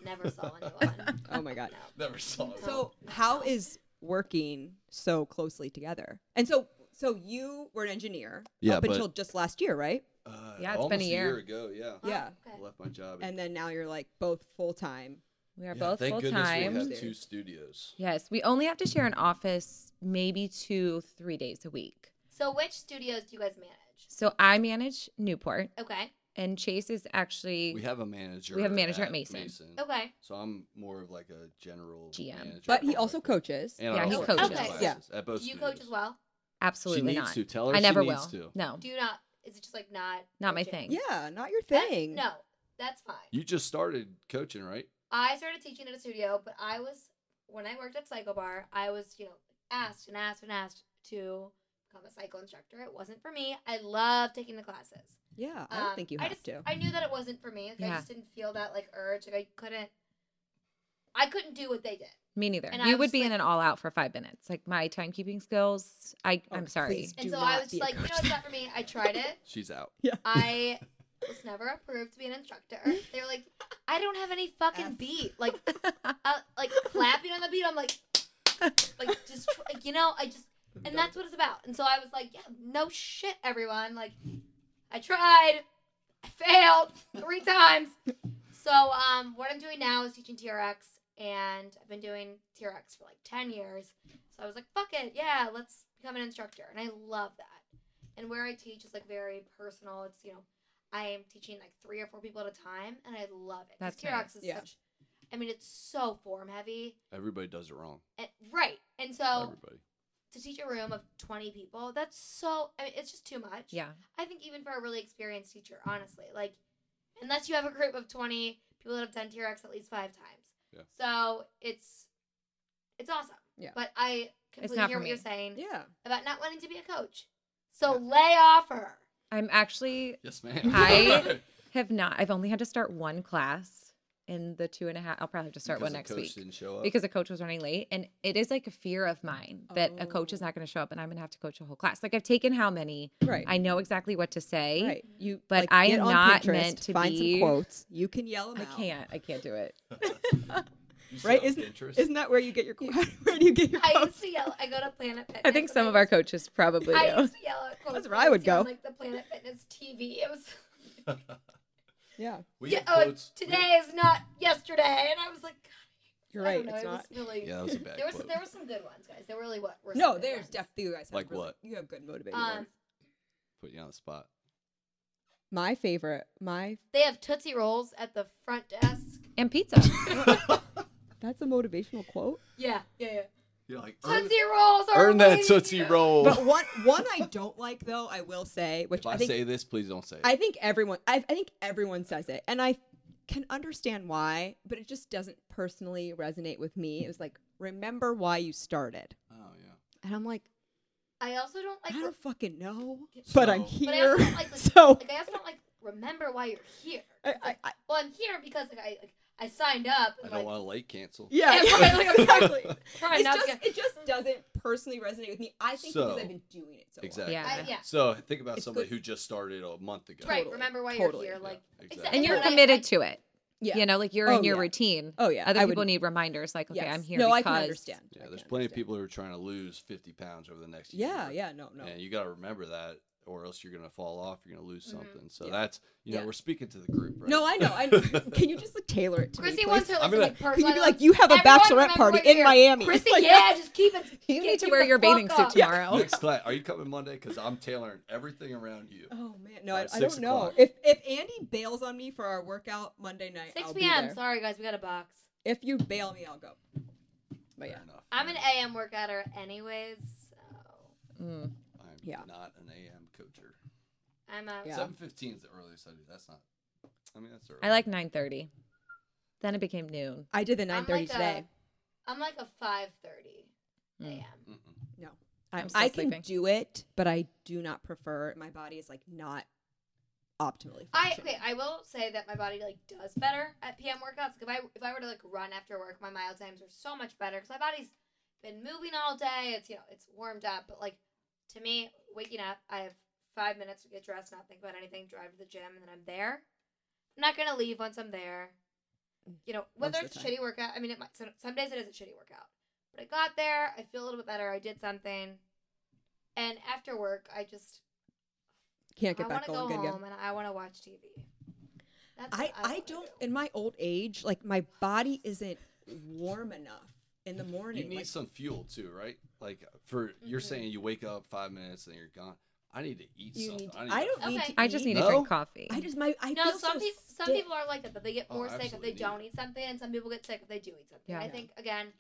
Never saw anyone.
Oh my god.
No.
Never saw it.
So how is working so closely together? And so so you were an engineer
Yeah,
up
but-
until just last year, right?
uh,
Yeah, it's been
almost
a year.
ago. Yeah,
Oh,
Yeah.
I
okay.
left my job.
And then now you're like both full time.
We are
Yeah,
both
thank
full
goodness
time.
We have
Dude.
two studios.
Yes, we only have to share an office maybe two, three days a week.
So which studios do you guys manage?
So I manage Newport,
Okay.
and Chase is actually
We have a manager.
We have a manager at Mason.
Okay.
So I'm more of like a general
GM.
manager
But he
over
also
there.
coaches.
And I
Yeah, he
also
coaches.
teach
Okay.
classes At both
Do you coach
studios.
as well?
She
absolutely
needs
not.
to tell her.
I
she
never will.
needs to.
No,
Do you not? Is it just like not?
not
your
my
jam?
thing.
yeah, not your
That's-
thing.
no, that's fine.
You just started coaching, right?
I started teaching at a studio, but I was when I worked at Psycho Bar, I was you know asked and asked and asked to become a psycho instructor. It wasn't for me. I love taking the classes.
Yeah, I don't
Um,
think you
I
have
just,
to.
I knew that it wasn't for me. Like, I
Yeah.
just didn't feel that like urge. Like I couldn't. I couldn't do what they did.
me neither.
And I
you
was
would
just
be in
like-
an all out for five minutes. Like my timekeeping skills, I
Oh,
I'm sorry.
please.
And
Do
so I
not
was
be
just
a
like, you know,
coach.
it's not for me. I tried it.
She's out.
I was never approved to be an instructor. They were like, I don't have any fucking
F.
beat. Like, uh, like clapping on the beat. I'm like, like just tr- like, you know, I just and that's what it's about. And so I was like, yeah, no shit, everyone. Like, I tried, I failed three times. So um, what I'm doing now is teaching TRX, and I've been doing TRX for like ten years. So I was like, fuck it, yeah, let's become an instructor, and I love that. And where I teach is like very personal. It's you know, I am teaching like three or four people at a time, and I love it. 'Cause
That's
TRX
nice.
is
Yeah.
such. I mean, it's so form heavy,
Everybody does it wrong.
and, right? And so
Everybody.
to teach a room of 20 people that's so I mean, it's just too much
Yeah,
i think even for a really experienced teacher honestly like unless you have a group of 20 people that have done trx at least five times
Yeah.
so it's it's awesome
Yeah.
but i completely
not
hear
for
what you're
me.
saying
yeah.
about not wanting to be a coach so lay off her
I'm actually
Yes, ma'am.
I- have not. I've only had to start one class in the two and a half. I'll probably have to start
Because
one
the
next
coach
week.
Didn't show up.
because a coach was running late and it is like a fear of mine that a coach is
Oh.
not going to show up and i'm going to have to coach a whole class like i've taken how many
Right.
i know exactly what to say
right. You
but
like,
I
get
am
on
not
Pinterest,
meant to
find
be-
some quotes. You can yell them
i
out.
can't i can't do it
You
right,
sound
isn't-
Pinterest.
Isn't that where you get your where do you get your
i
quotes?
used to yell i go to planet fitness
i think
and
some of our
used-
coaches probably
I
do
used to yell at quotes
That's where
that
I would
see on,
go.
Like the Planet Fitness TV. It was
Yeah,
We
yeah,
have
oh,
quotes- we have-
today is not yesterday, and I was like,
you're
I
right.
don't know,
It's
it
not.
was really.
Yeah, that was a bad
There was
quote.
there were some good ones, guys. There really what were some
No,
good
there's
ones.
definitely you guys have
Like
really-
what?
you have good motivating
Um,
ones.
Put you on the spot.
My favorite, my
they have tootsie rolls at the front desk.
and pizza
that's a motivational quote.
Yeah, yeah, yeah.
You're like, earn,
Tootsie rolls. Are
earn that
amazing.
Tootsie Roll.
But one one I don't like though, I will say, which
Oh. if I,
I think
say this, please don't say it.
I think everyone I, I think everyone says it, and I can understand why, but it just doesn't personally resonate with me. It was like remember why you started.
oh, yeah.
And I'm like,
I also don't like.
I
re-
don't fucking know, but I'm
So-
but I also
here.
don't like. like,
so
like, I also don't like remember why you're here.
I,
'Cause,
I,
like,
I,
well, I'm here because like I like, I signed up.
I
And,
don't
like,
want to late cancel.
yeah,
Yeah, right, like,
exactly.
trying
It's
not to
just,
get-
it just doesn't personally resonate with me. I think because
So-
I've been doing it so
Exactly.
Yeah.
I, yeah.
So think about
It's
somebody
good-
who just started a month ago.
Right.
Totally,
Remember why
totally.
you're here.
Yeah,
Like,
exactly.
exactly.
And you're
what I-
committed
I-
to it.
long. Yeah.
You know, like you're
Oh,
in your
yeah.
routine.
Oh yeah.
Other
I
people
would-
need reminders like, okay,
yes.
I'm here
No, I
because
can understand. I
Yeah,
can
there's plenty of
understand.
people who are trying to lose 50 pounds over the next
Yeah,
year.
yeah, no, no.
And you got to remember that, or else you're going to fall off. You're going to lose
Mhm.
something. So
Yeah.
that's, you know,
Yeah.
we're speaking to the group, right?
No, I know. I know. Can you just like tailor it to
Chrissy
me?
wants
please?
her
I'm
listen,
gonna-
like personal.
Could you be like, you have a
Everyone remember
bachelorette party
where
in
you're-
Miami? It's
Chrissy,
like,
yeah, just keep it. get-
You need to
keep
wear
the
your bathing
fuck
suit
up.
tomorrow.
Next class, are you coming Monday? Because I'm tailoring everything around you.
Oh man, no,
By
I, I
six
don't know.
o'clock.
If if Andy bails on me for our workout Monday night,
6
I'll Be
p.m.
there.
Sorry, guys, we got a box.
If you bail me, I'll go. But yeah,
Fair enough.
I'm an AM workouter, anyways. So
Mm.
I'm
Yeah.
not an AM coacher.
I'm a.
Yeah.
7:15 is the earliest I do. That's not. I mean, that's early.
I like 9:30. Then it became noon.
I did the
I'm
9:30
like
today.
A, I'm like a 5:30
Hmm.
Mm.
a.m.
Mm-mm.
I,
I'm still
I can
sleeping.
do it, but I do not prefer. My body is like not optimally.
I
functioning.
okay. I will say that my body like does better at PM workouts. If I if I were to like run after work, my mile times are so much better because my body's been moving all day. It's you know it's warmed up. But like to me, waking up, I have five minutes to get dressed, not think about anything, drive to the gym, and then I'm there. I'm not gonna leave once I'm there. You know whether
Mm. Most of
it's a
the time.
shitty workout. I mean, it might some, some days it is a shitty workout, but I got there. I feel a little bit better. I did something, and after work, I just
can't
I
get back
want to go
going good again.
home and I want to watch TV. That's
I,
what
I
wanna
don't
do.
in my old age like my body isn't warm enough in the morning.
You need
like,
some fuel too, right? Like for you're
Mhm.
saying you wake up five minutes and you're gone. I need to eat
you
something.
need.
I, need
I
to-
don't need.
Okay.
To
I just
eat.
need to
No.
drink coffee.
I just my I
No,
feel
some
so
people some
stiff.
people are like that, that they get
Oh,
more sick if
absolutely
they
need
don't eat something, and some people get sick if they do eat something.
Yeah.
I
Yeah.
think again,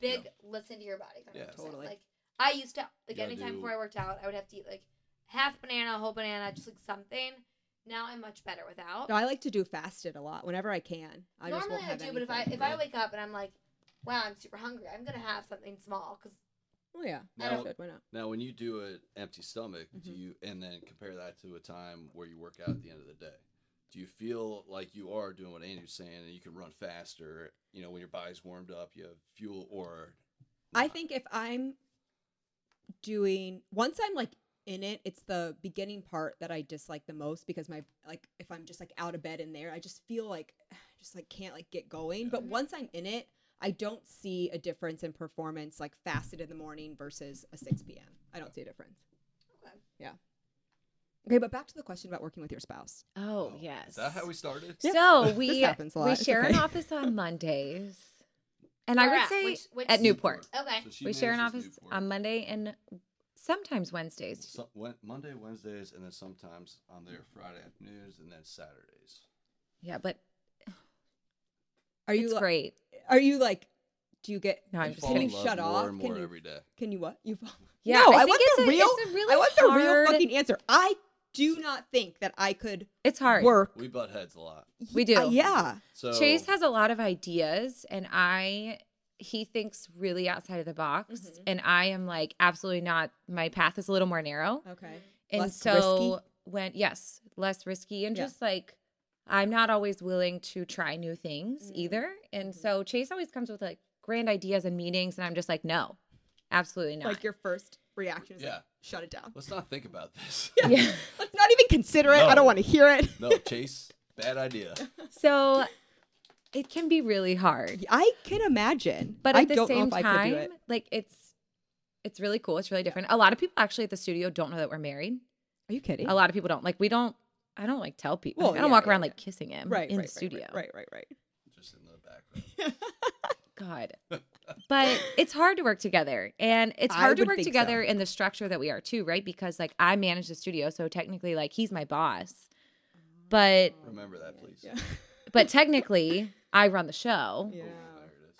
big listen to your body.
Yeah.
100%.
Totally.
Like I used to like
gotta
anytime
do-
before I worked out, I would have to eat like half banana, whole banana, just like something. Now I'm much better without.
No, I like to do fasted a lot whenever I can. I just
Normally
won't
I
have
do, but if I
anything.
if I wake up and I'm like, wow, I'm super hungry, I'm gonna have something small because
oh yeah,
Now-
Good, why not?
Now, when you do an empty stomach, do
Mhm.
you and then compare that to a time where you work out at the end of the day? Do you feel like you are doing what Andrew's saying and you can run faster? You know, when your body's warmed up, you have fuel or.
I
not?
think if I'm doing once I'm like in it, it's the beginning part that I dislike the most because my like if I'm just like out of bed in there, I just feel like just like can't like get going. But
Mhm.
once I'm in it, I don't see a difference in performance like fasted in the morning versus a 6 p.m. I don't see a difference.
Okay.
Yeah. Okay, but back to the question about working with your spouse.
oh,
Oh,
yes.
Is that how we started?
Yeah.
So
This
we
happens a lot.
we
It's
share an
okay.
office on Mondays, and I
Where
would
at?
say
Which- which-
at Newport.
Okay.
So she
we share an
manages
office
Newport.
on Monday and sometimes Wednesdays.
So, Wed- Monday, Wednesdays, and then sometimes on there Friday afternoons and then Saturdays.
Yeah, but
Are you
it's
like,
great.
are you like do you get
No, I'm
You
just
fall
can
in
you
love
shut
more
off?
and
can
more
you
every day.
can you what? You fall
Yeah,
no, I,
I
want
think
the
it's a-
real.
it's a really
I want the real
hard-
fucking answer. I do not think that I could
It's hard.
work.
We butt heads a lot.
We
Yeah,
do.
yeah.
So
Chase has a lot of ideas, and I he thinks really outside of the box,
Mhm.
and I am like absolutely not. My path is a little more narrow,
Okay.
and
Less
so
risky?
when yes, less risky, and
Yeah.
just like I'm not always willing to try new things
Mm.
either, and
Mhm.
so Chase always comes with like grand ideas and meetings, and I'm just like, no, absolutely not.
Like your first reaction is like,
Yeah.
shut it down.
let's not think about this.
yeah.
Let's not even consider it. I
No.
don't want to hear it.
no, Chase, bad idea.
So it can be really hard.
I can imagine,
But
I
at the
don't know
same
if I could do
time,
it.
like it's it's really cool. It's really different. A lot of people actually at the studio don't know that we're married.
Are you kidding?
A lot of people don't. Like we don't I don't like tell people.
Well,
I don't
yeah,
walk
yeah,
around
yeah.
like kissing him
right,
in
right,
the studio.
Right, right, right.
Just in the background. Oh,
right.
God. But it's hard to work together. And it's
I
hard to
would
work
think
together
so.
in the structure that we are too, right? Because like I manage the studio, so technically like he's my boss. But
Remember that, please.
Yeah.
but technically I run the show.
yeah.
Oh, there it is.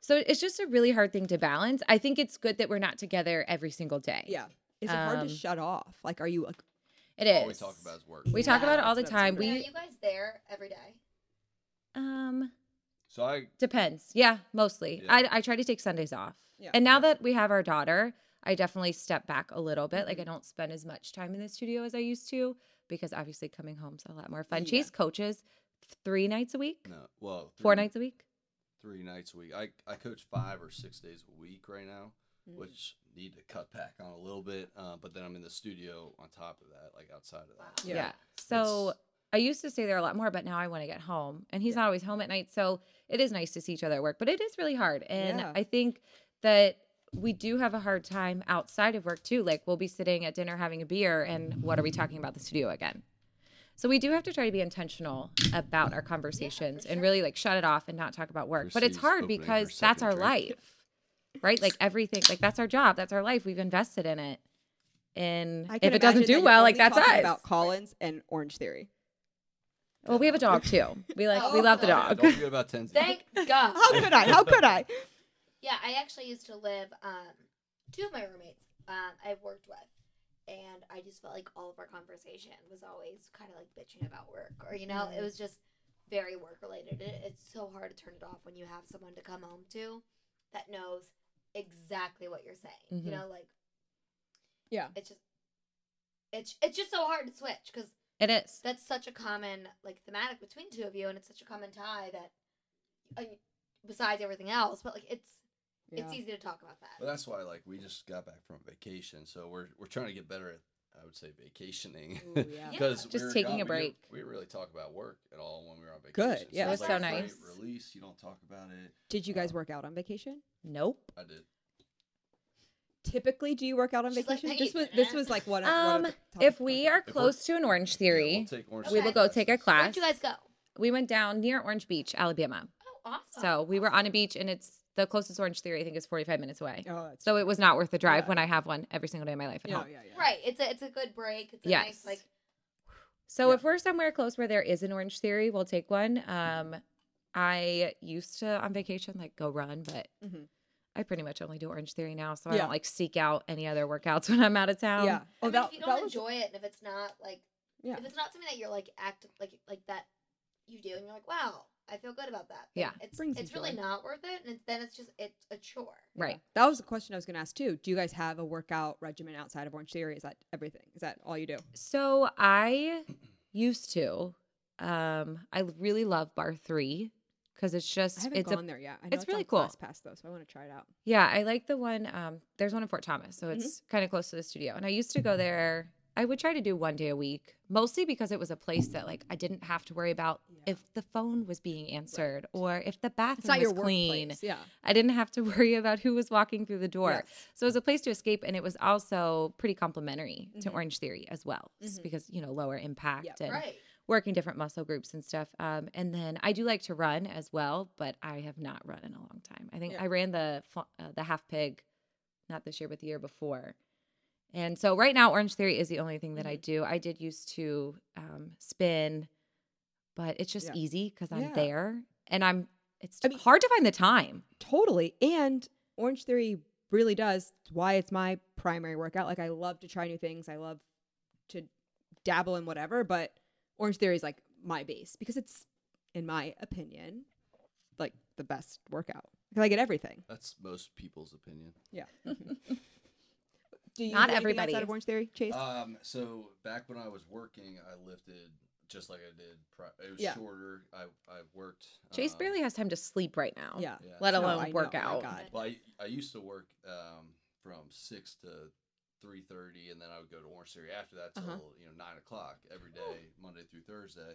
So it's just a really hard thing to balance. I think it's good that we're not together every single day.
Yeah. Is it hard to
Um,
shut off? Like, are you like,
It is.
All we talk about is work.
We talk
Yeah,
about it all the
that's what I'm
time.
Wait, are
We
you guys there every day?
um
So I
depends. Yeah, mostly.
Yeah.
I I try to take Sundays off.
Yeah.
And now that we have our daughter, I definitely step back a little bit.
Mm-hmm.
Like I don't spend as much time in the studio as I used to because obviously coming home's a lot more fun.
Yeah.
She's coaches three nights a week,
No, well,
four
three-
nights a week.
three nights a week. I, I coach five or six days a week right now,
Mm.
which need to cut back on a little bit. Uh, but then I'm in the studio on top of that, like outside of that.
Yeah.
Yeah.
So
It's-
I used to stay there a lot more, but now I want to get home. And he's not always home at night. So it is nice to see each other at work, but it is really hard. And
Yeah.
I think that we do have a hard time outside of work too. Like we'll be sitting at dinner having a beer, and what are we talking about the studio again? So we do have to try to be intentional about our conversations and really like shut it off and not talk about work. but it's
Christy's
hard
opening her
because that's our
second drink.
life. Right? Like everything, like that's our job, that's our life. We've invested in it. And
I can
if it
imagine
doesn't
that
do
you're
well, like
only
that's
talking
us.
About Collins and Orange Theory.
Well, we have a dog too. We like we
Oh,
love the
okay.
dog.
Don't forget about Tenzi.
Thank God.
How could I? How could I?
Yeah, I actually used to live um two of my roommates um I've worked with and I just felt like all of our conversation was always kind of like bitching about work or you know,
Mm-hmm.
it was just very work related. It, it's so hard to turn it off when you have someone to come home to that knows exactly what you're saying.
Mhm.
You know, like
Mm-hmm. Yeah.
It's just it's it's just so hard to switch cuz
It is.
that's such a common like thematic between the two of you and it's such a common tie that uh, besides everything else, but like it's it's easy to talk about that.
But that's why, like, we just got back from vacation, so we're we're trying to get better at, I would say, vacationing.
Ooh, yeah.
Because
Just taking a break.
we didn't really talk about work at all when we were on vacation.
Good, yeah.
it
That's
like
so
a great
nice.
Release. You don't talk about it.
Did you guys work out on vacation?
Nope.
I did.
typically do you work out on
She's like,
vacation?
"Hey,
this was this was like one of, one of
Um,
the topics
If we
I
are
we're-
close to an Orange
Yeah,
Theory,
we'll take orange
we
Okay.
will go take a
classes.
Where'd
class.
you guys go?
We went down near Orange Beach, Alabama.
Oh, awesome.
So we were on a beach, and it's the closest Orange Theory I think is 45 minutes away.
Oh, that's
So it was not worth the drive
Yeah.
when I have one every single day of my life at
yeah,
home.
yeah, yeah.
right. It's a it's a good break. It's a
Yes.
nice like
So
Yeah.
if we're somewhere close where there is an Orange Theory, we'll take one. Um, I used to on vacation like go run, but
Mm-hmm.
Mhm.
I pretty much only do Orange Theory now, so I
Yeah.
don't like seek out any other workouts when I'm out of town.
yeah.
I
Oh,
mean,
that,
if you
that
don't
was
enjoy it and if it's not like
Yeah.
if it's not something that you're like active like like that you do and you're like, Wow, I feel good about that.
Yeah.
Then It's
Brings you
it's really
joy.
not worth it and it's, then it's just it's a chore.
Right.
yeah. That was a question I was going to ask too. Do you guys have a workout regimen outside of Orange Theory? Is that everything? Is that all you do?
So I used to. Um, I really love bar three because it's
I
just
haven't
it's
gone
a
there yet. I know
it's really
on
cool.
Class Pass though, so I want to try it out.
yeah. I like the one. Um, there's one in Fort Thomas, so
Mm-hmm.
it's kind of close to the studio. And I used to go there. I would try to do one day a week, mostly because it was a place that like I didn't have to worry about
Yeah.
if the phone was being answered or if the bathroom
It's not
was
your
clean.
workplace. Yeah.
I didn't have to worry about who was walking through the door.
Yes.
So it was a place to escape, and it was also pretty complimentary to
Mhm.
Orange Theory as well, just
Mhm.
because you know lower impact and
Right.
working different muscle groups and stuff. Um, and then I do like to run as well, but I have not run in a long time. I think
Yeah.
I ran the fu- uh, the half pig, not this year, but the year before. And so right now, Orange Theory is the only thing that I
Mm-hmm.
do. I did used to um, spin, but it's just
Yeah.
easy because I'm
Yeah.
there and I'm. It's
I mean-
hard to find the time.
Totally. And Orange Theory really does it's why it's my primary workout. Like I love to try new things. I love to dabble in whatever, but Orange Theory is like my base because it's in my opinion like the best workout. Cuz I get everything.
That's most people's opinion.
Yeah. Do you
Not
do anything
everybody.
outside of Orange Theory, Chase?
Um, so back when I was working, I lifted just like I did. Pri- it was
Yeah.
shorter. I I worked.
Chase
um,
barely has time to sleep right now.
Oh. yeah.
yeah.
Let
No,
alone
I know.
work
Oh my
out.
God.
Well, I, I used to work um, from six to three thirty, and then I would go to Orange Theory after that till
Uh-huh.
you know nine o'clock every day, Monday through Thursday,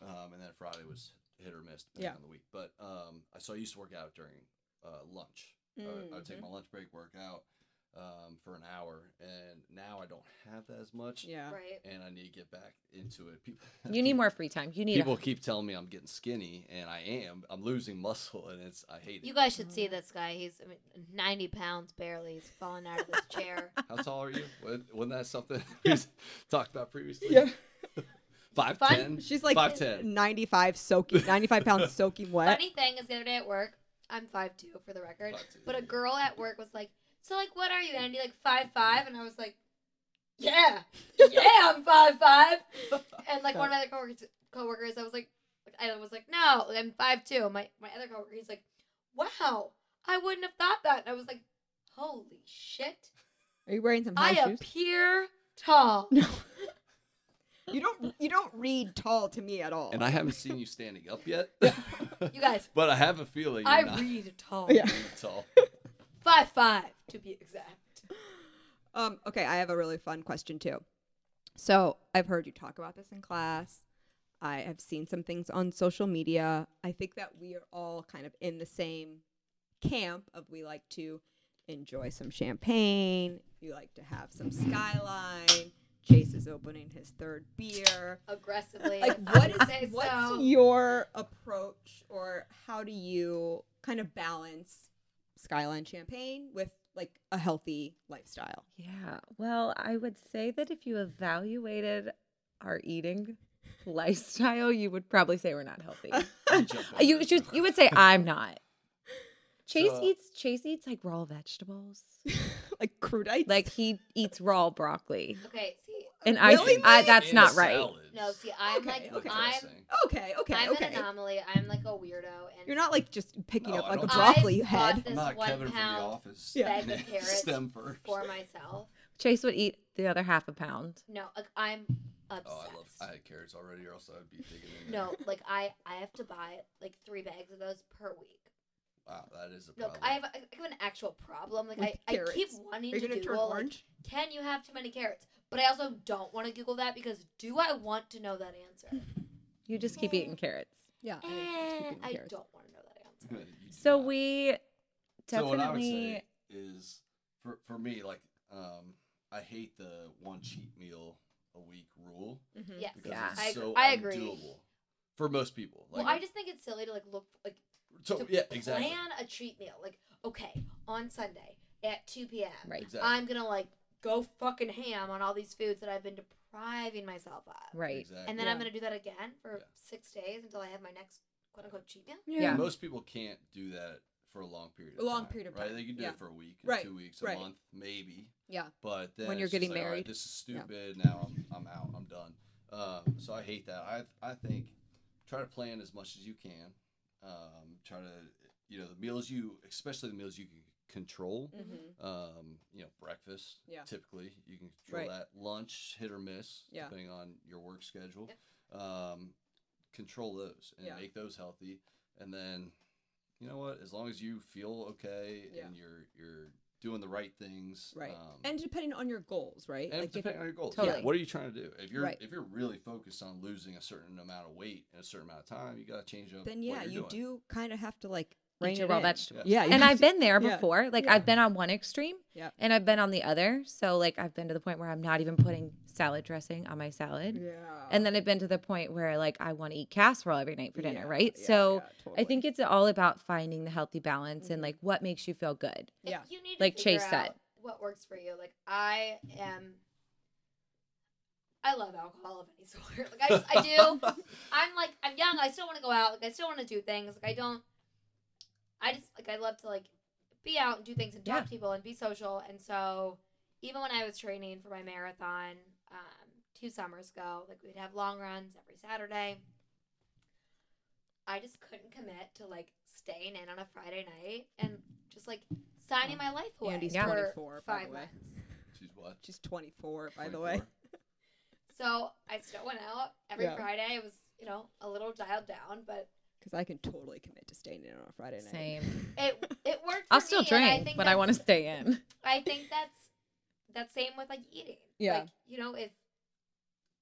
um, and then Friday was hit or miss depending
Yeah.
on the week. But um, I- so I used to work out during uh, lunch. I
Mm.
would, I would take my lunch break, work out um, for an hour, and now I don't have that as much.
Yeah.
Right.
And I need to get back into it. People,
You need more free time. You need.
People
A,
keep telling me I'm getting skinny, and I am. I'm losing muscle, and it's I hate it.
You guys should see this guy. He's I mean, 90 pounds barely. He's falling out of his chair.
How tall are you? Wa- Wasn't that something we talked about previously?
Yeah.
Five
Fun-
ten.
She's like
five ten.
95 soaking, 95 pounds soaking wet.
Funny thing is, the other day at work, I'm five two for the record,
5'2",
but a
yeah.
girl at work was like, "So like, what are you, Andy? Like five five? And I was like, "Yeah, yeah, I'm five five. And like one of my other coworkers, coworkers, I was like, I was like, "No, I'm five two. My my other coworker, he's like, "Wow, I wouldn't have thought that." And I was like, Holy shit.
Are you wearing some
I
high shoes?
appear tall.
No. you don't you don't read tall to me at all.
And I haven't seen you standing up yet.
You guys,
but I have a feeling you're
I
not
read tall.
Yeah.
really tall.
Five five to be exact.
Um, okay, I have a really fun question too. So I've heard you talk about this in class. I have seen some things on social media. I think that we are all kind of in the same camp of we like to enjoy some champagne, you like to have some skyline. Chase is opening his third beer.
Aggressively.
Like
I
what
would say
is what's
so.
your approach or how do you kind of balance skyline champagne with like a healthy lifestyle?
Yeah. Well, I would say that if you evaluated our eating lifestyle, you would probably say we're not healthy. Uh,
You jump over
you
it.
should, you would say I'm not. Chase
So-
eats Chase eats like raw vegetables.
like crudites.
Like he eats raw broccoli.
Okay, see.
And I,
Really?
I that's
And
not
the
right.
salads.
No, see, I'm
Okay,
like
Look
okay.
at
I'm
this thing.
okay, okay,
I'm
okay.
an anomaly. I'm like a weirdo and
You're not like just picking
No,
up
I
like a
don't-
broccoli
I
head.
bought this
I'm not
one
Kevin from the
pound
office.
Yeah.
bag of carrots
Stem first.
for myself.
Chase would eat the other half a pound.
No, like, I'm obsessed.
Oh, I love. I had carrots already, or else I'd be digging in. there.
no, like I I have to buy like three bags of those per week.
Wow, that is a
No,
problem.
I have, I have an actual problem. Like I,
With
I keep
carrots.
wanting
Are you
to
gonna turn
Google like,
orange?
can you have too many carrots? But I also don't want to Google that because do I want to know that answer?
You just keep eating carrots.
Yeah.
Eh, I don't want to know that answer.
You do
So
not.
we
So what I would
definitely
say is for for me, like, um, I hate the one cheat meal a week rule
Mm-hmm.
Mhm.
Yes,
because
Yeah.
it's
I, ag-
so
I agree.
undoable for most people. Like, uh,
well, I just think it's silly to like look like
so
to
yeah, exactly.
plan a treat meal. Like okay, on Sunday at two p.m.
right.
Exactly.
I'm gonna like go fucking ham on all these foods that I've been depriving myself of.
Right.
Exactly.
And then I'm
Yeah.
gonna do that again for
Yeah.
six days until I have my next quote unquote cheat meal.
Yeah.
Yeah.
most people can't do that for a long period.
A
Of
long
time,
period of
right?
time,
They can do
yeah.
it for a week, or
Right,
two weeks, a
right.
month, maybe.
Yeah.
But then
When you're
it's just
getting
like, all right,
married.
this is
Yeah.
stupid. Now I'm, I'm out. I'm done. Um, so I hate that. I I think try to plan as much as you can. Um, try to you know the meals you, especially the meals you can control.
Mm-hmm.
Mhm.
Um, you know breakfast.
Yeah.
Typically, you can control that. Lunch, hit or miss,
Yeah.
depending on your work schedule. Um, control those and
Yeah.
make those healthy, and then you know what? As long as you feel okay
Yeah.
and you're you're doing the right things,
Right.
Um,
And depending on your goals, right?
and
Like if-
depending on your goals,
Totally.
yeah. What are you trying to do? If you're
Right.
if you're really focused on losing a certain amount of weight in a certain amount of time, you got to change up.
then
what
yeah,
you're
you
doing.
do kind of have to like rein
Eat your
it
raw
in.
vegetables.
Yeah. you
And
have
I've
to-
been there
yeah.
before. Like
Yeah.
I've been on one extreme
Yep.
and I've been on the other. So like I've been to the point where I'm not even putting salad dressing on my salad.
Yeah.
And then I've been to the point where like I want to eat casserole every night for dinner,
Yeah,
right?
yeah,
so
yeah,
I think
totally.
it's all about finding the healthy balance
Mhm.
and like what makes you feel good.
If
Yeah.
You need to
Like
figure
Chase said.
out What works for you? Like I am. I love alcohol of any sort. Like I, just, I do. I'm like I'm young. I still want to go out. Like I still want to do things. Like I don't. I just like I love to like be out and do things and talk
Yeah.
to people and be social. And so even when I was training for my marathon um, two summers ago, like we'd have long runs every Saturday. I just couldn't commit to like staying in on a Friday night and just like signing my life away
Andy's
for
24, by
five
the way.
months.
She's what?
she's 24 by the way.
24?
So I still went out every
Yeah.
Friday. It was you know a little dialed down, but
Cuz I can totally commit to staying in on a Friday night.
Same.
it it worked.
I'll
for
still
me, and
drink, but I
that's-
want to stay in.
I think that's that's same with like eating.
Yeah.
Like, you know, if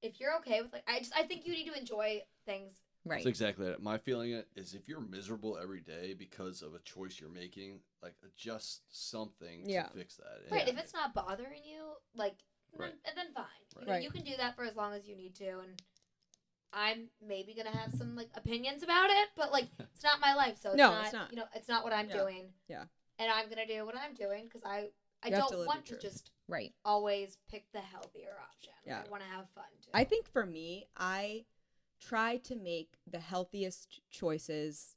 if you're okay with like I just I think you need to enjoy things.
Right.
That's exactly it. My feeling it is if you're miserable every day because of a choice you're making, like adjust something
Yeah.
to fix that.
Right.
And-
If it's not bothering you, like then,
Right.
and then fine. You, know,
Right.
you can do that for as long as you need to and I'm maybe gonna have some like opinions about it, but like it's not my life, so it's,
No,
not,
it's not.
You know, it's not what I'm
Yeah.
doing.
Yeah.
And I'm gonna do what I'm doing because I I
You have to
don't
live
want to
your truth.
just
Right.
always pick the healthier option.
Yeah.
I want to have fun too.
I think for me, I try to make the healthiest choices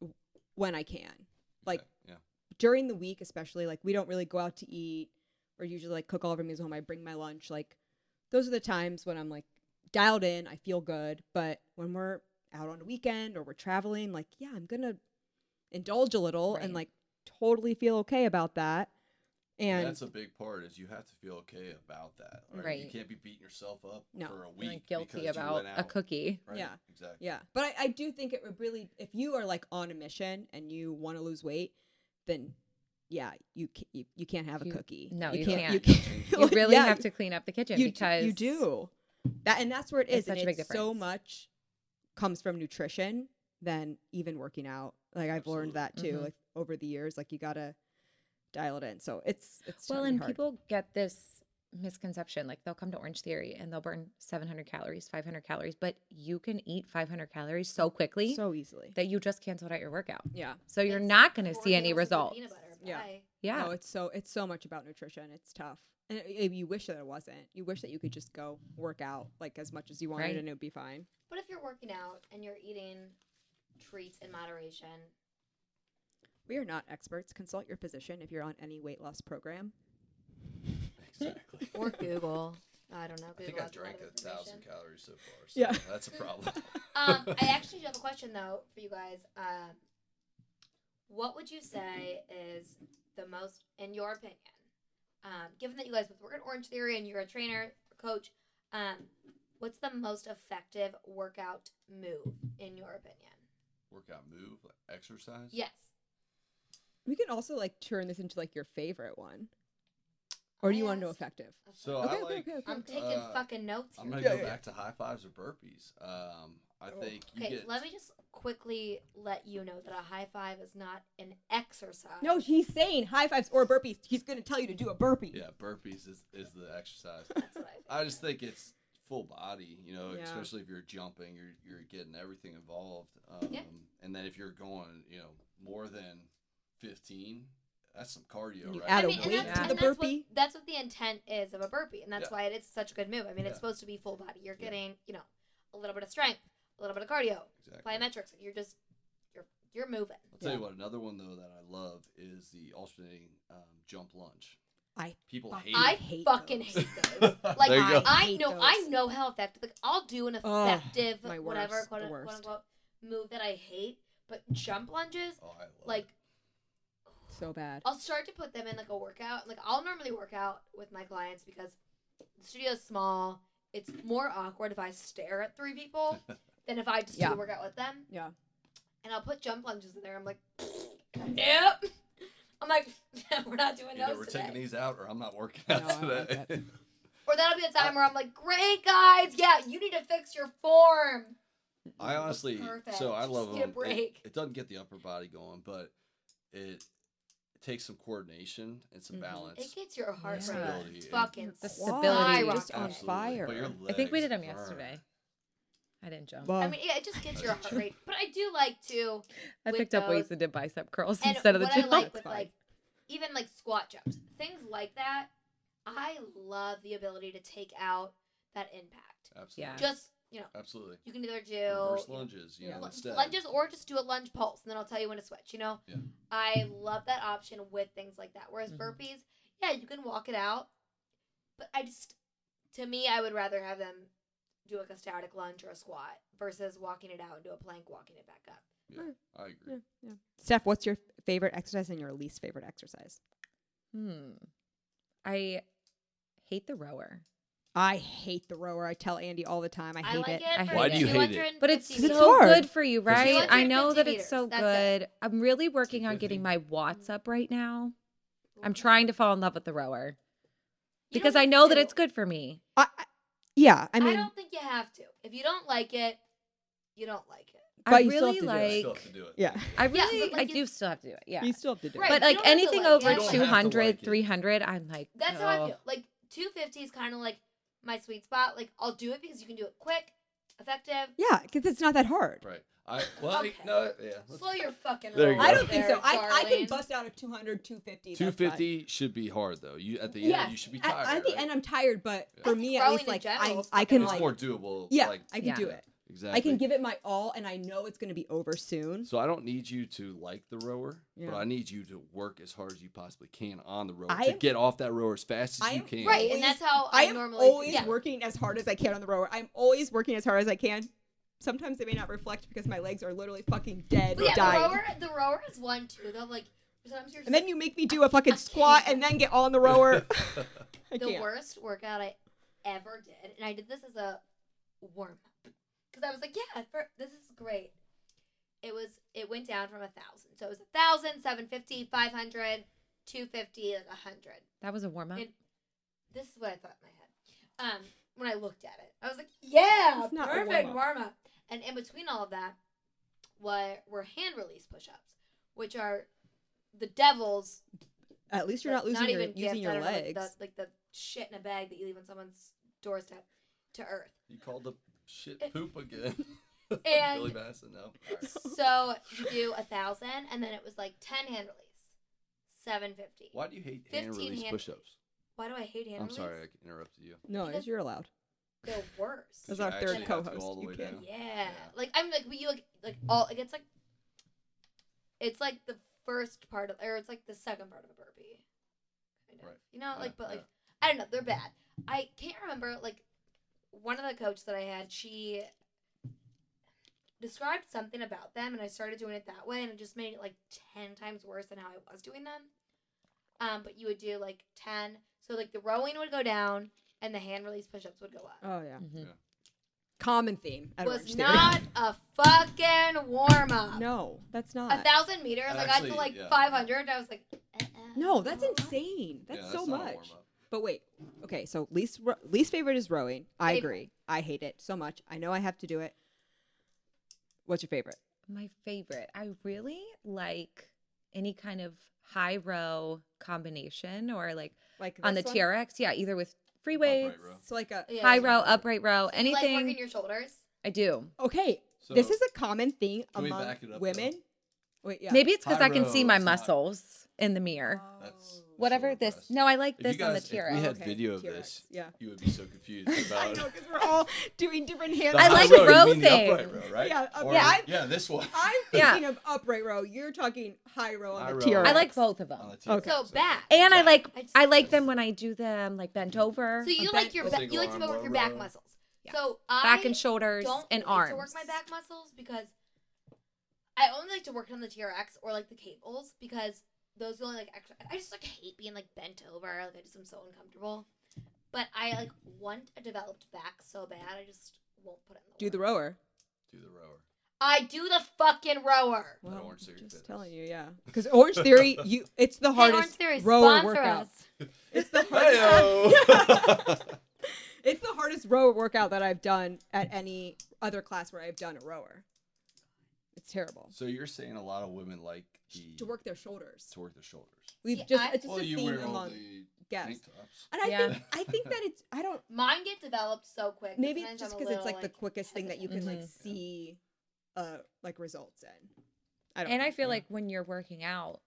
w- when I can. Like
Okay, yeah.
during the week, especially, like we don't really go out to eat or usually like cook all of our meals at home. I bring my lunch. Like those are the times when I'm like dialed in, I feel good. But when we're out on a weekend or we're traveling, like, yeah, I'm going to indulge a little and
Right.
like totally feel okay about that. And
that's a big part is you have to feel okay about that. Right. You
Right.
can't be beating yourself up
No.
for a week
Feeling guilty
because you
about
went
a
out,
cookie.
Right?
Yeah.
Exactly.
yeah, but I, I do think it would really, if you are like on a mission and you want to lose weight, then yeah, you ca- you, you can't have a
You-
cookie.
no, you
You,
can't. You
like,
really
yeah,
have to clean up the kitchen
you, d-
because
you do that, and that's where it
It's
is. and
such a big
it's so
difference.
much comes from nutrition than even working out. Like I've learned that
Absolutely.
too,
Mhm.
like over the years. Like you gotta dial it in. So it's it's
Well,
totally
and
hard.
people get this misconception like they'll come to Orange Theory and they'll burn 700 calories, 500 calories, but you can eat 500 calories so quickly
so easily.
that you just canceled out your workout.
yeah.
So you're
It's
not going to
four
see any
meals with the
results.
peanut butter.
Yeah.
Bye.
Yeah.
No, Oh, it's so it's so much about nutrition. It's tough, and it- it- you wish that it wasn't. You wish that you could just go work out like as much as you wanted,
Right.
and it'd be fine.
But if you're working out and you're eating treats in moderation,
We are not experts. Consult your physician if you're on any weight loss program.
Exactly.
or Google, I don't know.
I
Google
think I
has lot
drank
of
a thousand
information.
calories so far. So
Yeah.
That's a problem.
um, I actually do have a question though for you guys. Um, what would you say is the most, in your opinion, um, given that you guys both work at Orange Theory and you're a trainer, coach, um, what's the most effective workout move in your opinion?
Workout, move, like exercise.
Yes.
We can also like turn this into like your favorite one, or do you want to know
Yes.
effective?
So
Okay,
I
okay,
like.
okay, okay,
I'm
okay.
taking
Uh,
fucking notes.
I'm
here.
gonna
Yeah,
go
yeah.
back to high fives or burpees. Um, I
Oh.
think you
Okay,
get.
let me just quickly let you know that a high five is not an exercise.
No, he's saying high fives or burpees. He's gonna tell you to do a burpee.
Yeah, burpees is is the exercise.
that's what I.
I just think it's full body, you know,
Yeah.
especially if you're jumping, you're you're getting everything involved. Um,
Yeah.
And then if you're going, you know, more than fifteen, that's some cardio,
You
right?
add
I
a
mean, and
weight
that's,
to
and
the
that's what-
burpee.
That's what, the intent is of a burpee, and that's
Yeah.
why it is such a good move. I mean,
Yeah.
it's supposed to be full body. You're
Yeah.
getting, you know, a little bit of strength, a little bit of cardio,
Exactly.
plyometrics. You're just, you're, you're moving.
I'll tell
Yeah.
you what. Another one though that I love is the alternating um, jump lunge.
I
people
fuck-
hate.
I
it.
hate
fucking
those.
hate those. Like
There you
I,
go.
I
Hate
know,
those.
I know how effective. Like I'll do an
Oh,
effective,
my
whatever
worst,
quote,
the
quote
worst.
unquote move that I hate, but jump lunges,
Oh, I love it.
like
So bad.
I'll start to put them in like a workout. Like I'll normally work out with my clients because the studio's small. It's more awkward if I stare at three people than if I just do
Yeah.
the workout with them.
Yeah.
And I'll put jump lunges in there. I'm like, nope. I'm like, we're not doing
Either
those
we're
today.
taking these out, or I'm not working
No,
out
I don't
today.
like that.
or that'll be the time where I'm like, great guys, yeah, you need to fix your form.
I honestly,
Perfect.
so I
Just
love
get a
them. It-
break.
It, doesn't get the upper body going, but it, it takes some coordination and some
Mhm.
balance.
It gets your heart
Yeah.
rate
Stability.
fucking
The
stability,
skyrocket.
just on
Absolutely.
fire.
But your
I think we
legs
did them
burn.
yesterday. I didn't jump.
Well,
I mean, yeah, it just gets your heart rate. But I do like to.
I
with
picked up weights
those-
and did bicep curls
and
instead of the
what
jump.
I like
It's
with
fine.
like even like squat jumps, things like that. I love the ability to take out that impact.
Absolutely.
Yeah.
Just you know,
Absolutely.
you can either do
Reverse
you know,
lunges, you
Yeah.
know,
lu-
instead.
lunges or just do a lunge pulse, and then I'll tell you when to switch. You know,
Yeah.
I love that option with things like that. Whereas
Mhm.
burpees, yeah, you can walk it out, but I just to me, I would rather have them do like a static lunge or a squat versus walking it out and do a plank, walking it back up.
Yeah, I agree.
Yeah. Steph, what's your favorite exercise and your least favorite exercise?
Hmm. I hate the rower.
I hate the rower. I tell Andy all the time. I
I,
hate
like it.
it.
I
for
hate Why do you
hate it?
But it's
250
It's
so
hard.
good for you, right? I know that
250
it's so
meters, that's
good. I'm really working on
250.
getting my watts up right now. I'm
Okay.
trying to fall in love with the rower
You don't
because I
have
know that
to.
it's good for me.
I, I, yeah, I
I,
mean,
don't think you have to. If you don't like it, you don't like it.
But
I
you still
really
have to do it.
I still
like.
have to do it.
yeah,
I
Yeah, but,
really, I
like, you-
do still have to do it. Yeah.
you still have to do
Right.
it.
But
you
like
don't have to
anything
like
over
it. You don't have
to
200,
like it.
300, I'm like,
That's how I
"Oh."
feel. Like 250 is kind of like my sweet spot. Like I'll do it because you can do it quick, effective.
Yeah, because it's not that hard.
Right. I well
Okay.
no yeah. let's-
Slow your fucking
There you
roll.
go. I
up
don't
there, darling.
out a 200, 250. that's
Two
fine.
fifty should be hard though. You at the end
Yes.
you should be
At,
tired.
at the
right?
end, I'm tired, but
Yeah.
for
That's
me, at
growing
leeds
in
like
general,
I'm,
it's
I
fucking
can
it's
like,
more doable.
yeah,
like,
I can
Yeah.
do it.
Exactly.
I can give it my all, and I know it's going to be over soon.
So I don't need you to like the rower,
Yeah.
but I need you to work as hard as you possibly can on the rower
I
to
am-
get off that rower as fast as
I
you
am
can.
Right, and that's how I,
am
normally.
always
yeah.
working as hard as I can on the rower. I'm always working as hard as I can. Sometimes they may not reflect because my legs are literally fucking dead,
But yeah, the
dying.
rower, the rower is one too. Though, like Sometimes you're
And then you make me do a fucking squat and then get on the rower. I
the
can't.
worst workout I ever did, and I did this as a warm up because I was like, yeah, for, this is great. It was it went down from a thousand, so it was a thousand, seven fifty, five hundred, two fifty, like a hundred.
That was a warm up.
And this is what I thought in my head um, when I looked at it. I was like, yeah,
It's not a
perfect
warm-up.
warm up. And in between all of that were, were hand release push ups, which are the devil's
At least you're not
like,
losing your,
even
using
gift, I
your
don't know, like
legs.
the, like the shit in a bag that you leave on someone's doorstep to earth.
You called the shit poop again.
And-
Billy Madison, no. All right.
So you do a thousand, and then it was like ten hand release, seven fifty.
Why do you hate hand
15
release
hand-
push-ups?
Why do I hate hand
I'm
release?
sorry, I interrupted you.
no,
because-
you're allowed.
They're worse.
As
You
our third
actually have to go
co-host,
all the
you
way
can't.
down.
Yeah.
Yeah.
Like I'm like you like like all like it's like it's like the first part of or it's like the second part of a burpee. Kind of.
Right.
You know,
Yeah,
like but like
yeah.
I don't know, they're bad. I can't remember like one of the coaches that I had, she described something about them and I started doing it that way and it just made it like 10 times worse than how I was doing them. Um but you would do like 10 so like the rowing would go down and the hand release push-ups would go up
Oh yeah.
Mhm.
Common theme. at Orange
was
Theory.
not a fucking warm up.
No, that's not.
A thousand meters.
And
I got
actually,
to like
yeah.
500. And I was like, uh-uh.
no, that's insane. That's
Yeah,
so
not a
much.
warm-up.
But wait. Okay, so least ro- least favorite is rowing. I
Favorite.
agree. I hate it so much. I know I have to do it. What's your favorite?
My favorite. I really like any kind of high row combination or like
Like
on the
this one?
TRX. Yeah, either with free weights,
Upright row.
It's like a
Yeah.
high
yeah.
row, upright row,
Do you Like
anything.
working your shoulders.
I do.
okay.
So,
this is a common thing
Can we
among
back it up, though?
women. Wait, yeah.
Maybe it's because
High
I can see
row
my
is not-
muscles in the mirror.
That's-
Oh.
Whatever
so
this.
impressed.
No, I like
If you
this on the
guys- if we
TRX.
had
Okay,
video of
TRX,
this.
Yeah.
you would be so confused
I
about
know because we're all doing different hand.
The
I
high
like
row, you
row
mean the upright
things.
row, right?
Yeah, up-
Or-
yeah, I'm-
yeah, this one.
I'm
Yeah.
thinking of upright row. You're talking high row on
High
the
row.
TRX.
I like both of them.
On the
Okay.
TRX,
So back.
And I
Yeah.
like
I just-
I like them when I do them like
Mm-hmm.
bent over,
So you
a
like
back-
your
a
back.
single
You like to
arm
work your
row.
back muscles.
Yeah.
So I
back and shoulders
don't
and
like
arms.
to work my back muscles because I only like to work on the TRX or like the cables because those are the only like extra. I just like hate being like bent over. Like I just am so uncomfortable. But I like want a developed back so bad. I just won't put it in the
Do the
work.
rower.
Do the rower.
I do the fucking rower.
Well, Orange
I'm
Theory
just
Fitness.
telling you, yeah. Because Orange Theory, you it's the hardest
hey, Orange Theory,
rower
sponsor
workout.
us.
It's the uh, hardest.
Hi-yo.
it's the hardest rower workout that I've done at any other class where I've done a rower. It's terrible
so you're saying a lot of women like the,
to work their shoulders.
to work their shoulders.
We've
See,
just
I-
it's just
well,
a
you
theme
wear all
among
the tank
guests.
tops.
And I
Yeah.
think I think that it's I don't
Mine get developed so quick. that
maybe it's
sometimes
just
I'm a
because it's
little,
like, the quickest thing that you can like
Mhm.
Mm-hmm.
see, uh, like results in. I don't.
And
know.
I feel like when you're working out,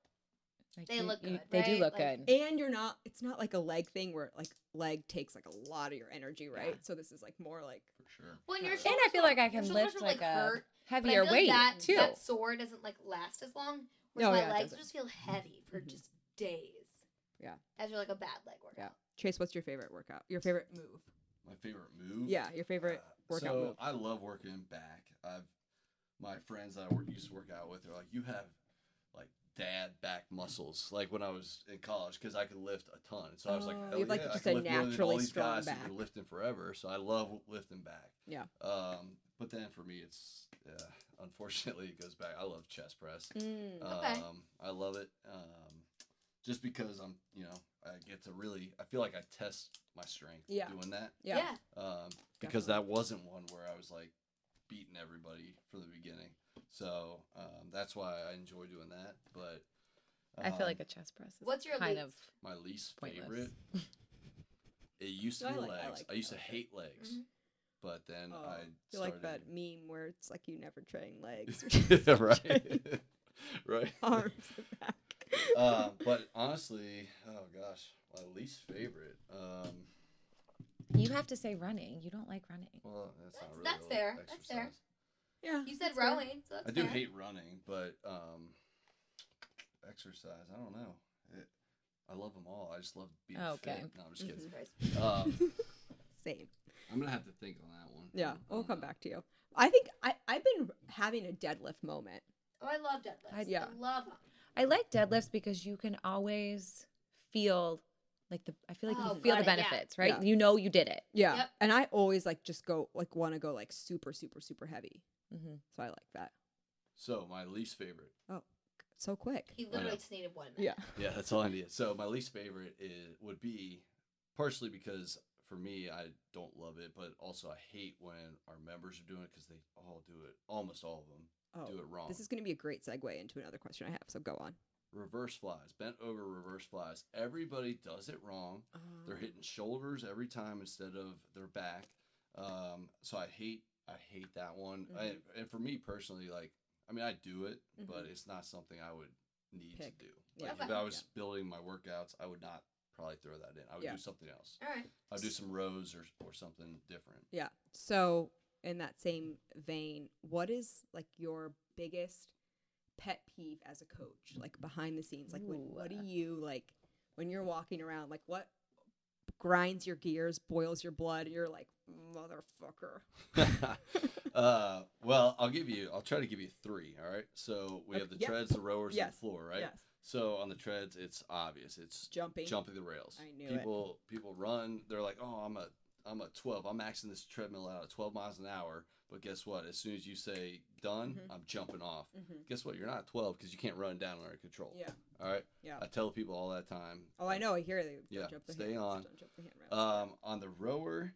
like,
They look good,
They
right?
do look
Like-
good.
and you're not. It's not like a leg thing where like leg takes like a lot of your energy, right? So this is like more like
For sure.
Well, your
And
And
shoulders
I feel like
will-
I can
your shoulders
lift
will,
like a
hurt, but I
heavier
feel like
weight
that,
too.
That sore doesn't like last as long. Whereas
No,
my
Oh, yeah, it
legs
doesn't.
just feel heavy for
Mhm.
just days.
Yeah.
After like a bad leg
Yeah.
workout.
Chase. What's your favorite workout? Your favorite move?
My favorite move.
Yeah, your favorite
Uh,
workout
So
move.
I love working back. I've my friends that I work, used to work out with are like, you have like dad back muscles. Like when I was in college, because I could lift a ton. So I was like,
Oh,
Hell
you have, like,
yeah, I
just
can
a
lift more than all
naturally
these
strong
guys who've been
back.
lifting forever. So I love lifting back.
Yeah.
Um, but then for me, it's uh, unfortunately it goes back. I love chest press.
Mm.
Okay.
Um, I love it. Um, just because I'm, you know, I get to really, I feel like I test my strength
Yeah.
doing that.
Yeah.
Um, because that wasn't one where I was like beating everybody from the beginning. So um, that's why I enjoy doing that. But
Uh-huh.
I feel like
um,
a chest press. Is
What's your
kind
least?
of
my least
pointless.
favorite. It used to
No, I
be
like- I
legs.
like Mm-hmm.
I
it.
used to
I like
hate legs,
Mhm.
but then
Oh,
I
you
started...
like that meme where it's like you never train legs,
yeah,
train
right, right.
arms, and back.
um, but honestly, oh gosh, my least favorite. Um,
You have to say running. You don't like running.
well, that's,
That's-
not really
that's
a
fair,
exercise.
that's fair.
yeah,
You said
that's fair.
rowing, so that's
I do
fair.
hate running, but um, exercise. I don't know. It, I love them all. I just love being
Oh,
Okay.
fit. No, I'm just kidding.
Christ.
um,
Same.
I'm gonna have to think on that one.
Yeah,
I
we'll
don't
come
know.
back to you. I think I I've been having a deadlift moment.
Oh, I love deadlifts.
I-
I,
yeah.
love them.
I like deadlifts because you can always feel like the I feel like
Oh,
you feel the
got it, yeah.
benefits, right?
Yeah.
You know you did it.
Yeah.
Yep.
And I always like just go like want to go like super super super heavy.
Mm-hmm.
So I like that.
So my least favorite.
So quick.
He
literally
literally
know.
just needed one minute.
Yeah.
Yeah, that's all I needed. So my least favorite is would be partially because for me I don't love it, but also I hate when our members are doing it because they all do it. Almost all of them
Oh.
do it wrong.
This is going to be a great segue into another question I have. So go on.
reverse flies, bent over reverse flies. Everybody does it wrong. They're hitting shoulders every time instead of their back. Um, so I hate I hate that one. I,
Mm-hmm.
and for me personally, like I mean I do it, but it's not something I would need
Pick.
to do.
Yeah.
Like if
Okay.
I was building my workouts, I would not probably throw that in. I would
Yeah.
do something else.
All right.
I'd do some rows or or something different.
Yeah. So in that same vein, what is like your biggest pet peeve as a coach? Like behind the scenes, like when, what do
Ooh.
you like when you're walking around? Like what grinds your gears, boils your blood, and you're like, motherfucker.
uh, well, I'll give you. I'll try to give you three. All right. So we have
Okay,
the
yeah.
treads, the rowers, and
Yes,
the floor. Right.
Yes.
So on the treads, it's obvious. It's
Jumping.
jumping the rails.
I knew it.
people people run. They're like, oh, I'm a I'm a 12. I'm maxing this treadmill out at 12 miles an hour. But guess what? As soon as you say done,
Mhm.
I'm jumping off.
Mhm.
Guess what? You're not 12 because you can't run down under control.
Yeah.
All right.
Yeah.
I tell people all that time.
Oh, I know. I hear you.
Yeah,
Jump the
stay
hand-
on.
Don't jump the handrail.
Um, on the rower,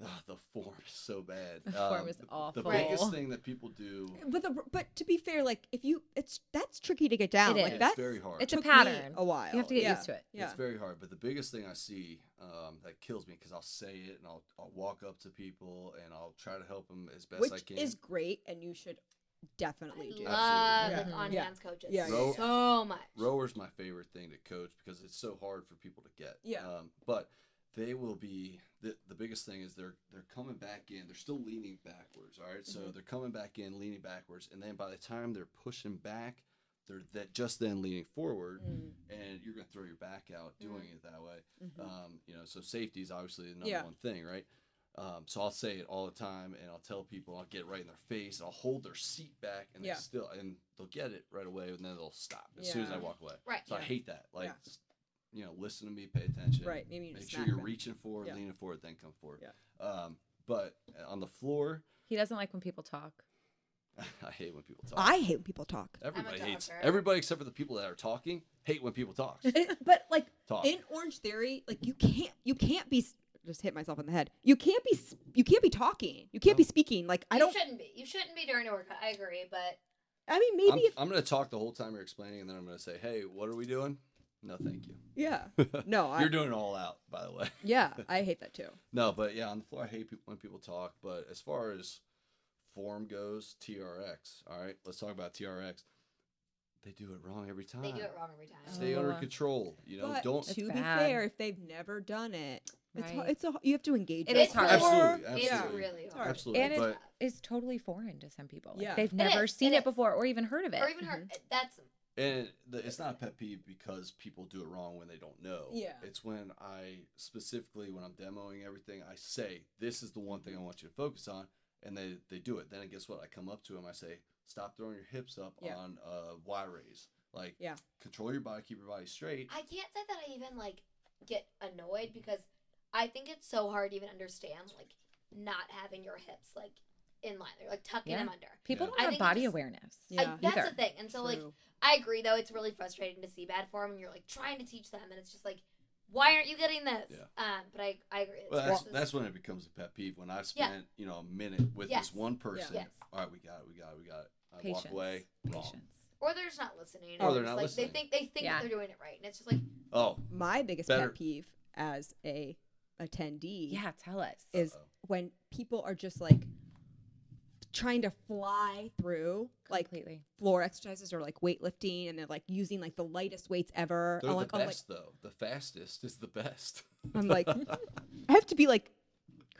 ugh, the form is so bad.
The form
Um,
is
the-
awful.
The biggest thing that people do.
but the, but to be fair, like if you, it's that's tricky to get down.
It
like
is.
that's
it's very hard.
It's a
took me
pattern.
A while.
You have to get
Oh, yeah.
used to it.
Yeah.
It's very hard, but the biggest thing I see um, that kills me because I'll say it and I'll, I'll walk up to people and I'll try to help them as best
Which
I can.
is great, and you should definitely do.
I
it.
love
Absolutely.
like,
Yeah.
on
Yeah.
hands coaches
Yeah,
yeah, yeah.
so much.
Rower's my favorite thing to coach because it's so hard for people to get.
Yeah.
Um, but they will be the, the biggest thing is they're they're coming back in. They're still leaning backwards. All right?
Mm-hmm.
So they're coming back in, leaning backwards, and then by the time they're pushing back, they're that just then leaning forward,
Mm.
Mm,
and you're gonna throw your back out doing it that way.
mm-hmm.
Um, you know, so safety is obviously the number
Mm-hmm. Yeah.
one thing, right? Um, so I'll say it all the time, and I'll tell people, I'll get right in their face, and I'll hold their seat back, and
Yeah.
they still, and they'll get it right away, and then they'll stop as soon as I
Yeah.
walk away.
Right.
So I
Yeah.
hate that. Like,
Yeah.
s- you know, listen to me, pay attention,
Right. Maybe you
Make
just
sure
smack
you're
them.
reaching forward,
Yeah.
leaning forward, then come forward.
Yeah.
Um, but uh, on the floor,
He doesn't like when people talk.
I hate when people talk.
I hate when people talk.
everybody hates
talker.
everybody except for the people that are talking. Hate when people talk.
but like
talk.
in Orange Theory, like you can't you can't be s- just hit myself in the head. You can't be s- you can't be talking. You can't be speaking. Like I
you
don't.
shouldn't be. You shouldn't be during a workout. I agree, but
I mean, maybe
I'm,
if
I'm going to talk the whole time you're explaining, and then I'm going to say, "Hey, what are we doing?" No, thank you.
yeah. No, I
You're doing it all out, by the way.
yeah. I hate that too.
No, but yeah, on the floor, I hate people when people talk. But as far as form goes, TRX. All right, let's talk about TRX. They do it wrong every time.
they do it wrong every time.
Ah. Stay under
Oh.
control. You know,
but
don't.
to be
bad.
fair, if they've never done it, it's ho-
Right.
it's a you have to engage.
It
them
is hard.
more.
Absolutely,
It's
absolutely.
really hard.
hard.
Absolutely,
And
but
it's, it's totally foreign to some people. Like,
Yeah.
They've
It
never
is,
seen
it
it,
is.
before or even heard of it.
Or even her. That's
and the, it's not a pet peeve because people do it wrong when they don't know.
Yeah.
It's when I specifically when I'm demoing everything, I say this is the one thing I want you to focus on, and they they do it. Then guess what? I come up to them, I say, stop throwing your hips up
Yeah.
on uh, Y raise. Like,
Yeah.
control your body, keep your body straight.
I can't say that I even like get annoyed because I think it's so hard to even understand like not having your hips like in line. They're like tucking
Yeah.
them under.
People
Yeah.
don't
I
have
think it
body
just-
awareness.
Yeah.
I, that's
either.
the thing. And so like
True.
I agree though it's really frustrating to see bad form and you're like trying to teach them and it's just like why aren't you getting this?
Yeah.
Um, but I I agree. It's
Well, that's,
just-
that's when it becomes a pet peeve. When I
Yeah.
spent, you know, a minute with
Yes.
this one person.
Yes.
All right, we got it, we got it, we got it. I
Patience.
walk away. Wrong.
Patience.
or they're just not listening.
Or
Or
they're
they're
not
like
listening.
they think they think
Yeah.
that they're doing it right and it's just like
Oh,
My biggest
Better-
pet peeve as a attendee.
Yeah, tell us.
is
Uh-oh.
when people are just like trying to fly through like
Completely.
floor exercises or like weightlifting and they're like using like the lightest weights ever.
they're
I'm
the
like, oh I'm like,
best though. The fastest is the best.
I'm like, I have to be like,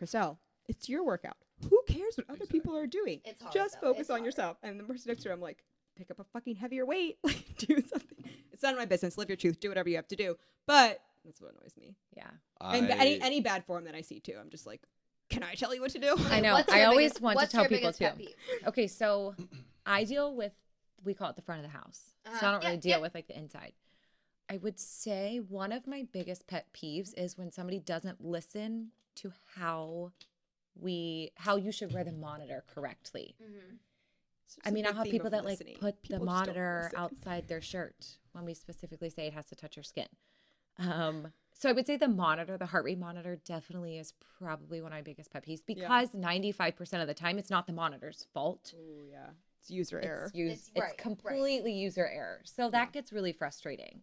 Chriselle, it's your workout. Who cares what other people are doing?
It's hard,
Just
though.
focus
It's
on
hard.
yourself. And the person next to her, I'm like, pick up a fucking heavier weight, like do something. It's none of my business. Live your truth. Do whatever you have to do. But that's what annoys me.
Yeah.
And
I-
any any bad form that I see too, I'm just like, can I tell you what to do?
I know.
what's
I
your
always
biggest-
want to
what's
tell
your
people
biggest pet
too.
peeve?
Okay, so I deal with we call it the front of the house. so I don't
Uh-huh. Yeah,
really deal
yeah.
with like the inside. I would say one of my biggest pet peeves is when somebody doesn't listen to how we how you should wear the monitor correctly.
Mhm.
It's just
I
a
mean, I'll
big
have
theme
people
of
that
listening.
like put the
People just don't
monitor
listen.
outside their shirt when we specifically say it has to touch your skin. Um, so I would say the monitor, the heart rate monitor, definitely is probably one of my biggest pet peeves
Yeah.
because ninety five percent of the time it's not the monitor's fault.
Ooh, yeah. It's user error.
It's, used,
It's
it's,
right, right.
completely user error. So that gets really frustrating.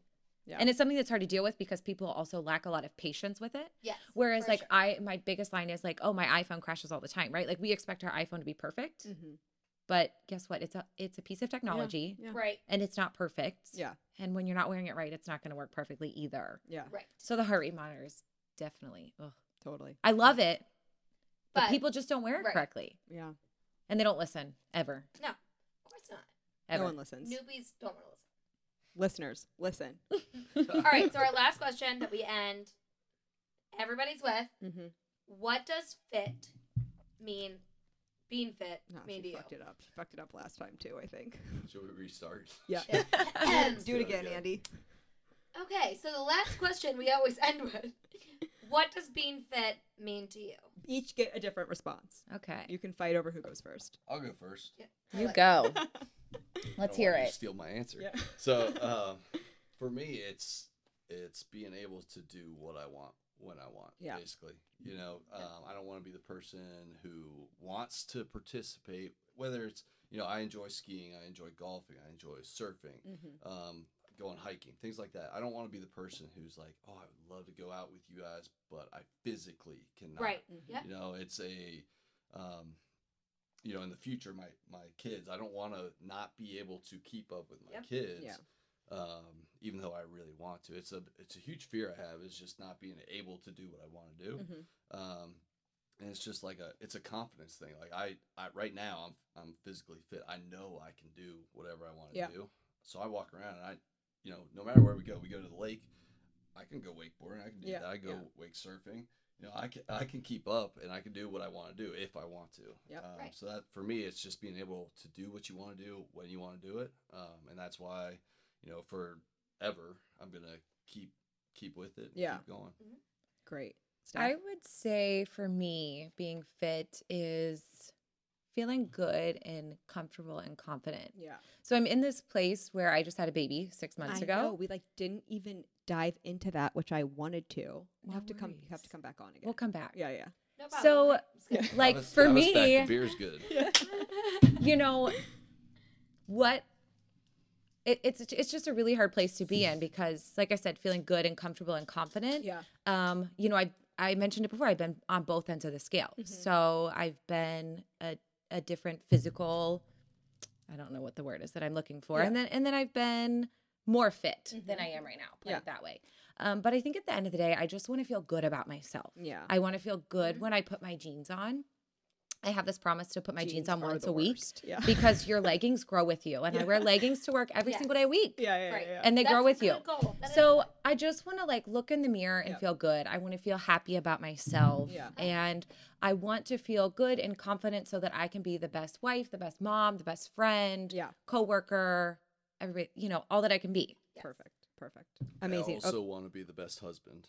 Yeah.
And it's something that's hard to deal with because people also lack a lot of patience with it.
Yes.
Whereas
for
like
sure.
I my biggest line is like, "Oh, my iPhone crashes all the time," right? Like we expect our iPhone to be perfect,
Mhm.
but guess what? It's a it's a piece of technology
Yeah.
right,
and it's not perfect.
Yeah.
And when you're not wearing it right, it's not going to work perfectly either.
Yeah.
right.
So the heart rate monitor is definitely. Ugh.
Totally.
I love it, but,
But-
people just don't wear it
right.
correctly
Yeah.
and they don't listen ever.
No, of course not.
Ever.
No one listens.
Newbies don't want to listen.
Listeners, listen.
All right, so our last question that we end everybody's with:
Mm-hmm.
What does fit mean? Being fit
No,
mean to
she
you?
fucked it up. She fucked it up last time too. I think.
Should we restart?
Yeah. Do it
Yeah,
again,
yeah.
Andy.
okay, so the last question we always end with: What does being fit mean to you?
Each get a different response.
okay.
You can fight over who goes first.
I'll go first.
You go.
I don't
Let's
want
hear
you to
it.
Steal my answer.
Yeah.
So um, for me, it's it's being able to do what I want when I want.
Yeah.
Basically, you know, um, I don't want to be the person who wants to participate. Whether it's you know, I enjoy skiing, I enjoy golfing, I enjoy surfing,
Mm-hmm.
Mm.
um, going hiking, things like that. I don't want to be the person who's like, oh, I would love to go out with you guys, but I physically cannot
Right.
Mhm.
Yep.
you know it's a um you know in the future my my kids i don't want to not be able to keep up with my
Yep.
kids
Yeah.
um even though i really want to it's a it's a huge fear i have is just not being able to do what i want to do
Mm-hmm.
um and it's just like a it's a confidence thing like i i right now i'm i'm physically fit i know i can do whatever i want to
Yeah.
do so i walk around and i you know no matter where we go we go to the lake i can go wakeboarding i can do
Yeah,
that i go
yeah.
wake surfing you know i can i can keep up and i can do what i want to do if i want to
Yep.
um,
Right.
so that for me it's just being able to do what you want to do when you want to do it um and that's why you know forever i'm gonna keep keep with it and
Yeah.
keep going
Great. Steph?
I would say for me, being fit is feeling good and comfortable and confident.
yeah.
So I'm in this place where I just had a baby six months
I
ago.
know. We like didn't even dive into that, which I wanted to. We'll
No
have to come. You have to
worries.
come back on again.
We'll come back.
yeah, yeah.
No
Mm-hmm. So-
problem. So
Like
Travis-
for
Travis back,
me,
the beer's good
you know what it, it's it's just a really hard place to be in because like i said feeling good and comfortable and confident
Yeah.
um you know i i mentioned it before i've been on both ends of the scale
Mm-hmm.
so i've been a, a different physical i don't know what the word is that i'm looking for and then and then i've been more fit than i am right now put
Mm-hmm. Yeah.
it that way um, but i think at the end of the day i just want to feel good about myself
Yeah. Mm-hmm.
i want to feel good when i put my jeans on i have this promise to put my jeans, on
are
once
the
a week
worst. Yeah.
because your leggings grow with you. And I wear leggings to work every
Yes.
single day a week.
Yeah, yeah,
Right.
yeah. yeah.
And they
That's
grow
a
with you.
good goal. That is-
So I just want to like look in the mirror and
Yeah.
feel good. I want to feel happy about myself.
Yeah.
And I want to feel good and confident so that I can be the best wife, the best mom, the best friend,
yeah.
coworker, everybody, you know, all that I can be.
Yes.
Perfect. Perfect. Amazing.
I also
Oh,
want to be the best husband.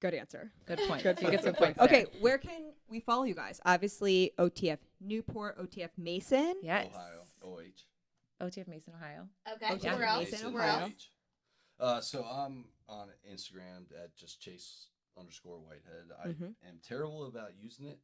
good answer.
Good point.
Good
You get some
point.
points there.
Okay, where can we follow you guys? Obviously, OTF Newport, OTF Mason.
Yes.
Ohio. OH.
OTF Mason, Ohio.
okay,
Oh, yeah.
where else?
Mason,
Where
Ohio.
else?
Uh, so I'm on Instagram at just chase underscore whitehead. I
Mhm.
am terrible about using it,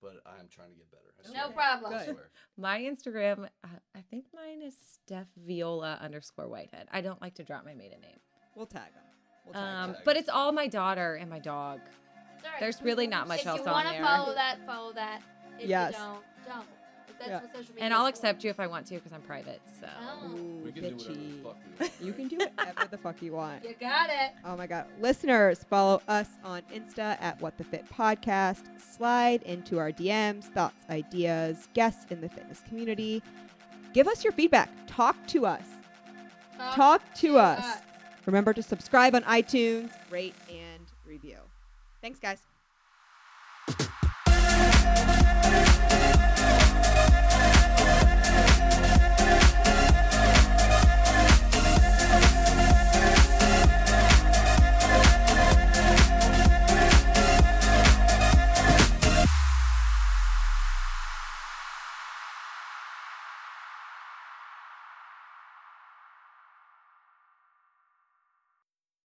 but I'm trying to get better. I
No
swear.
problem.
I
Good.
swear.
My Instagram, uh, I think mine is Steph Viola underscore Whitehead. I don't like to drop my maiden name.
We'll tag them. We'll tag
Um,
them.
Tag.
but it's all my daughter and my dog.
It's all right.
There's really not much
if
else
you
on
wanna
there.
follow that, follow that. If
Yes.
you don't, don't. If that's
Yeah.
what social media
And I'll
is for.
accept you if I want to because I'm private. So
Oh,
Ooh,
We can do whatever the
bitchy.
fuck we want.
You
right?
can do whatever the fuck you want.
you got it.
Oh my God. Listeners, follow us on Insta at What the Fit Podcast. Slide into our DMs, thoughts, ideas, guests in the fitness community. Give us your feedback. Talk to us.
Talk
Talk to us.
us.
Remember to subscribe on iTunes, rate, and review. Thanks, guys.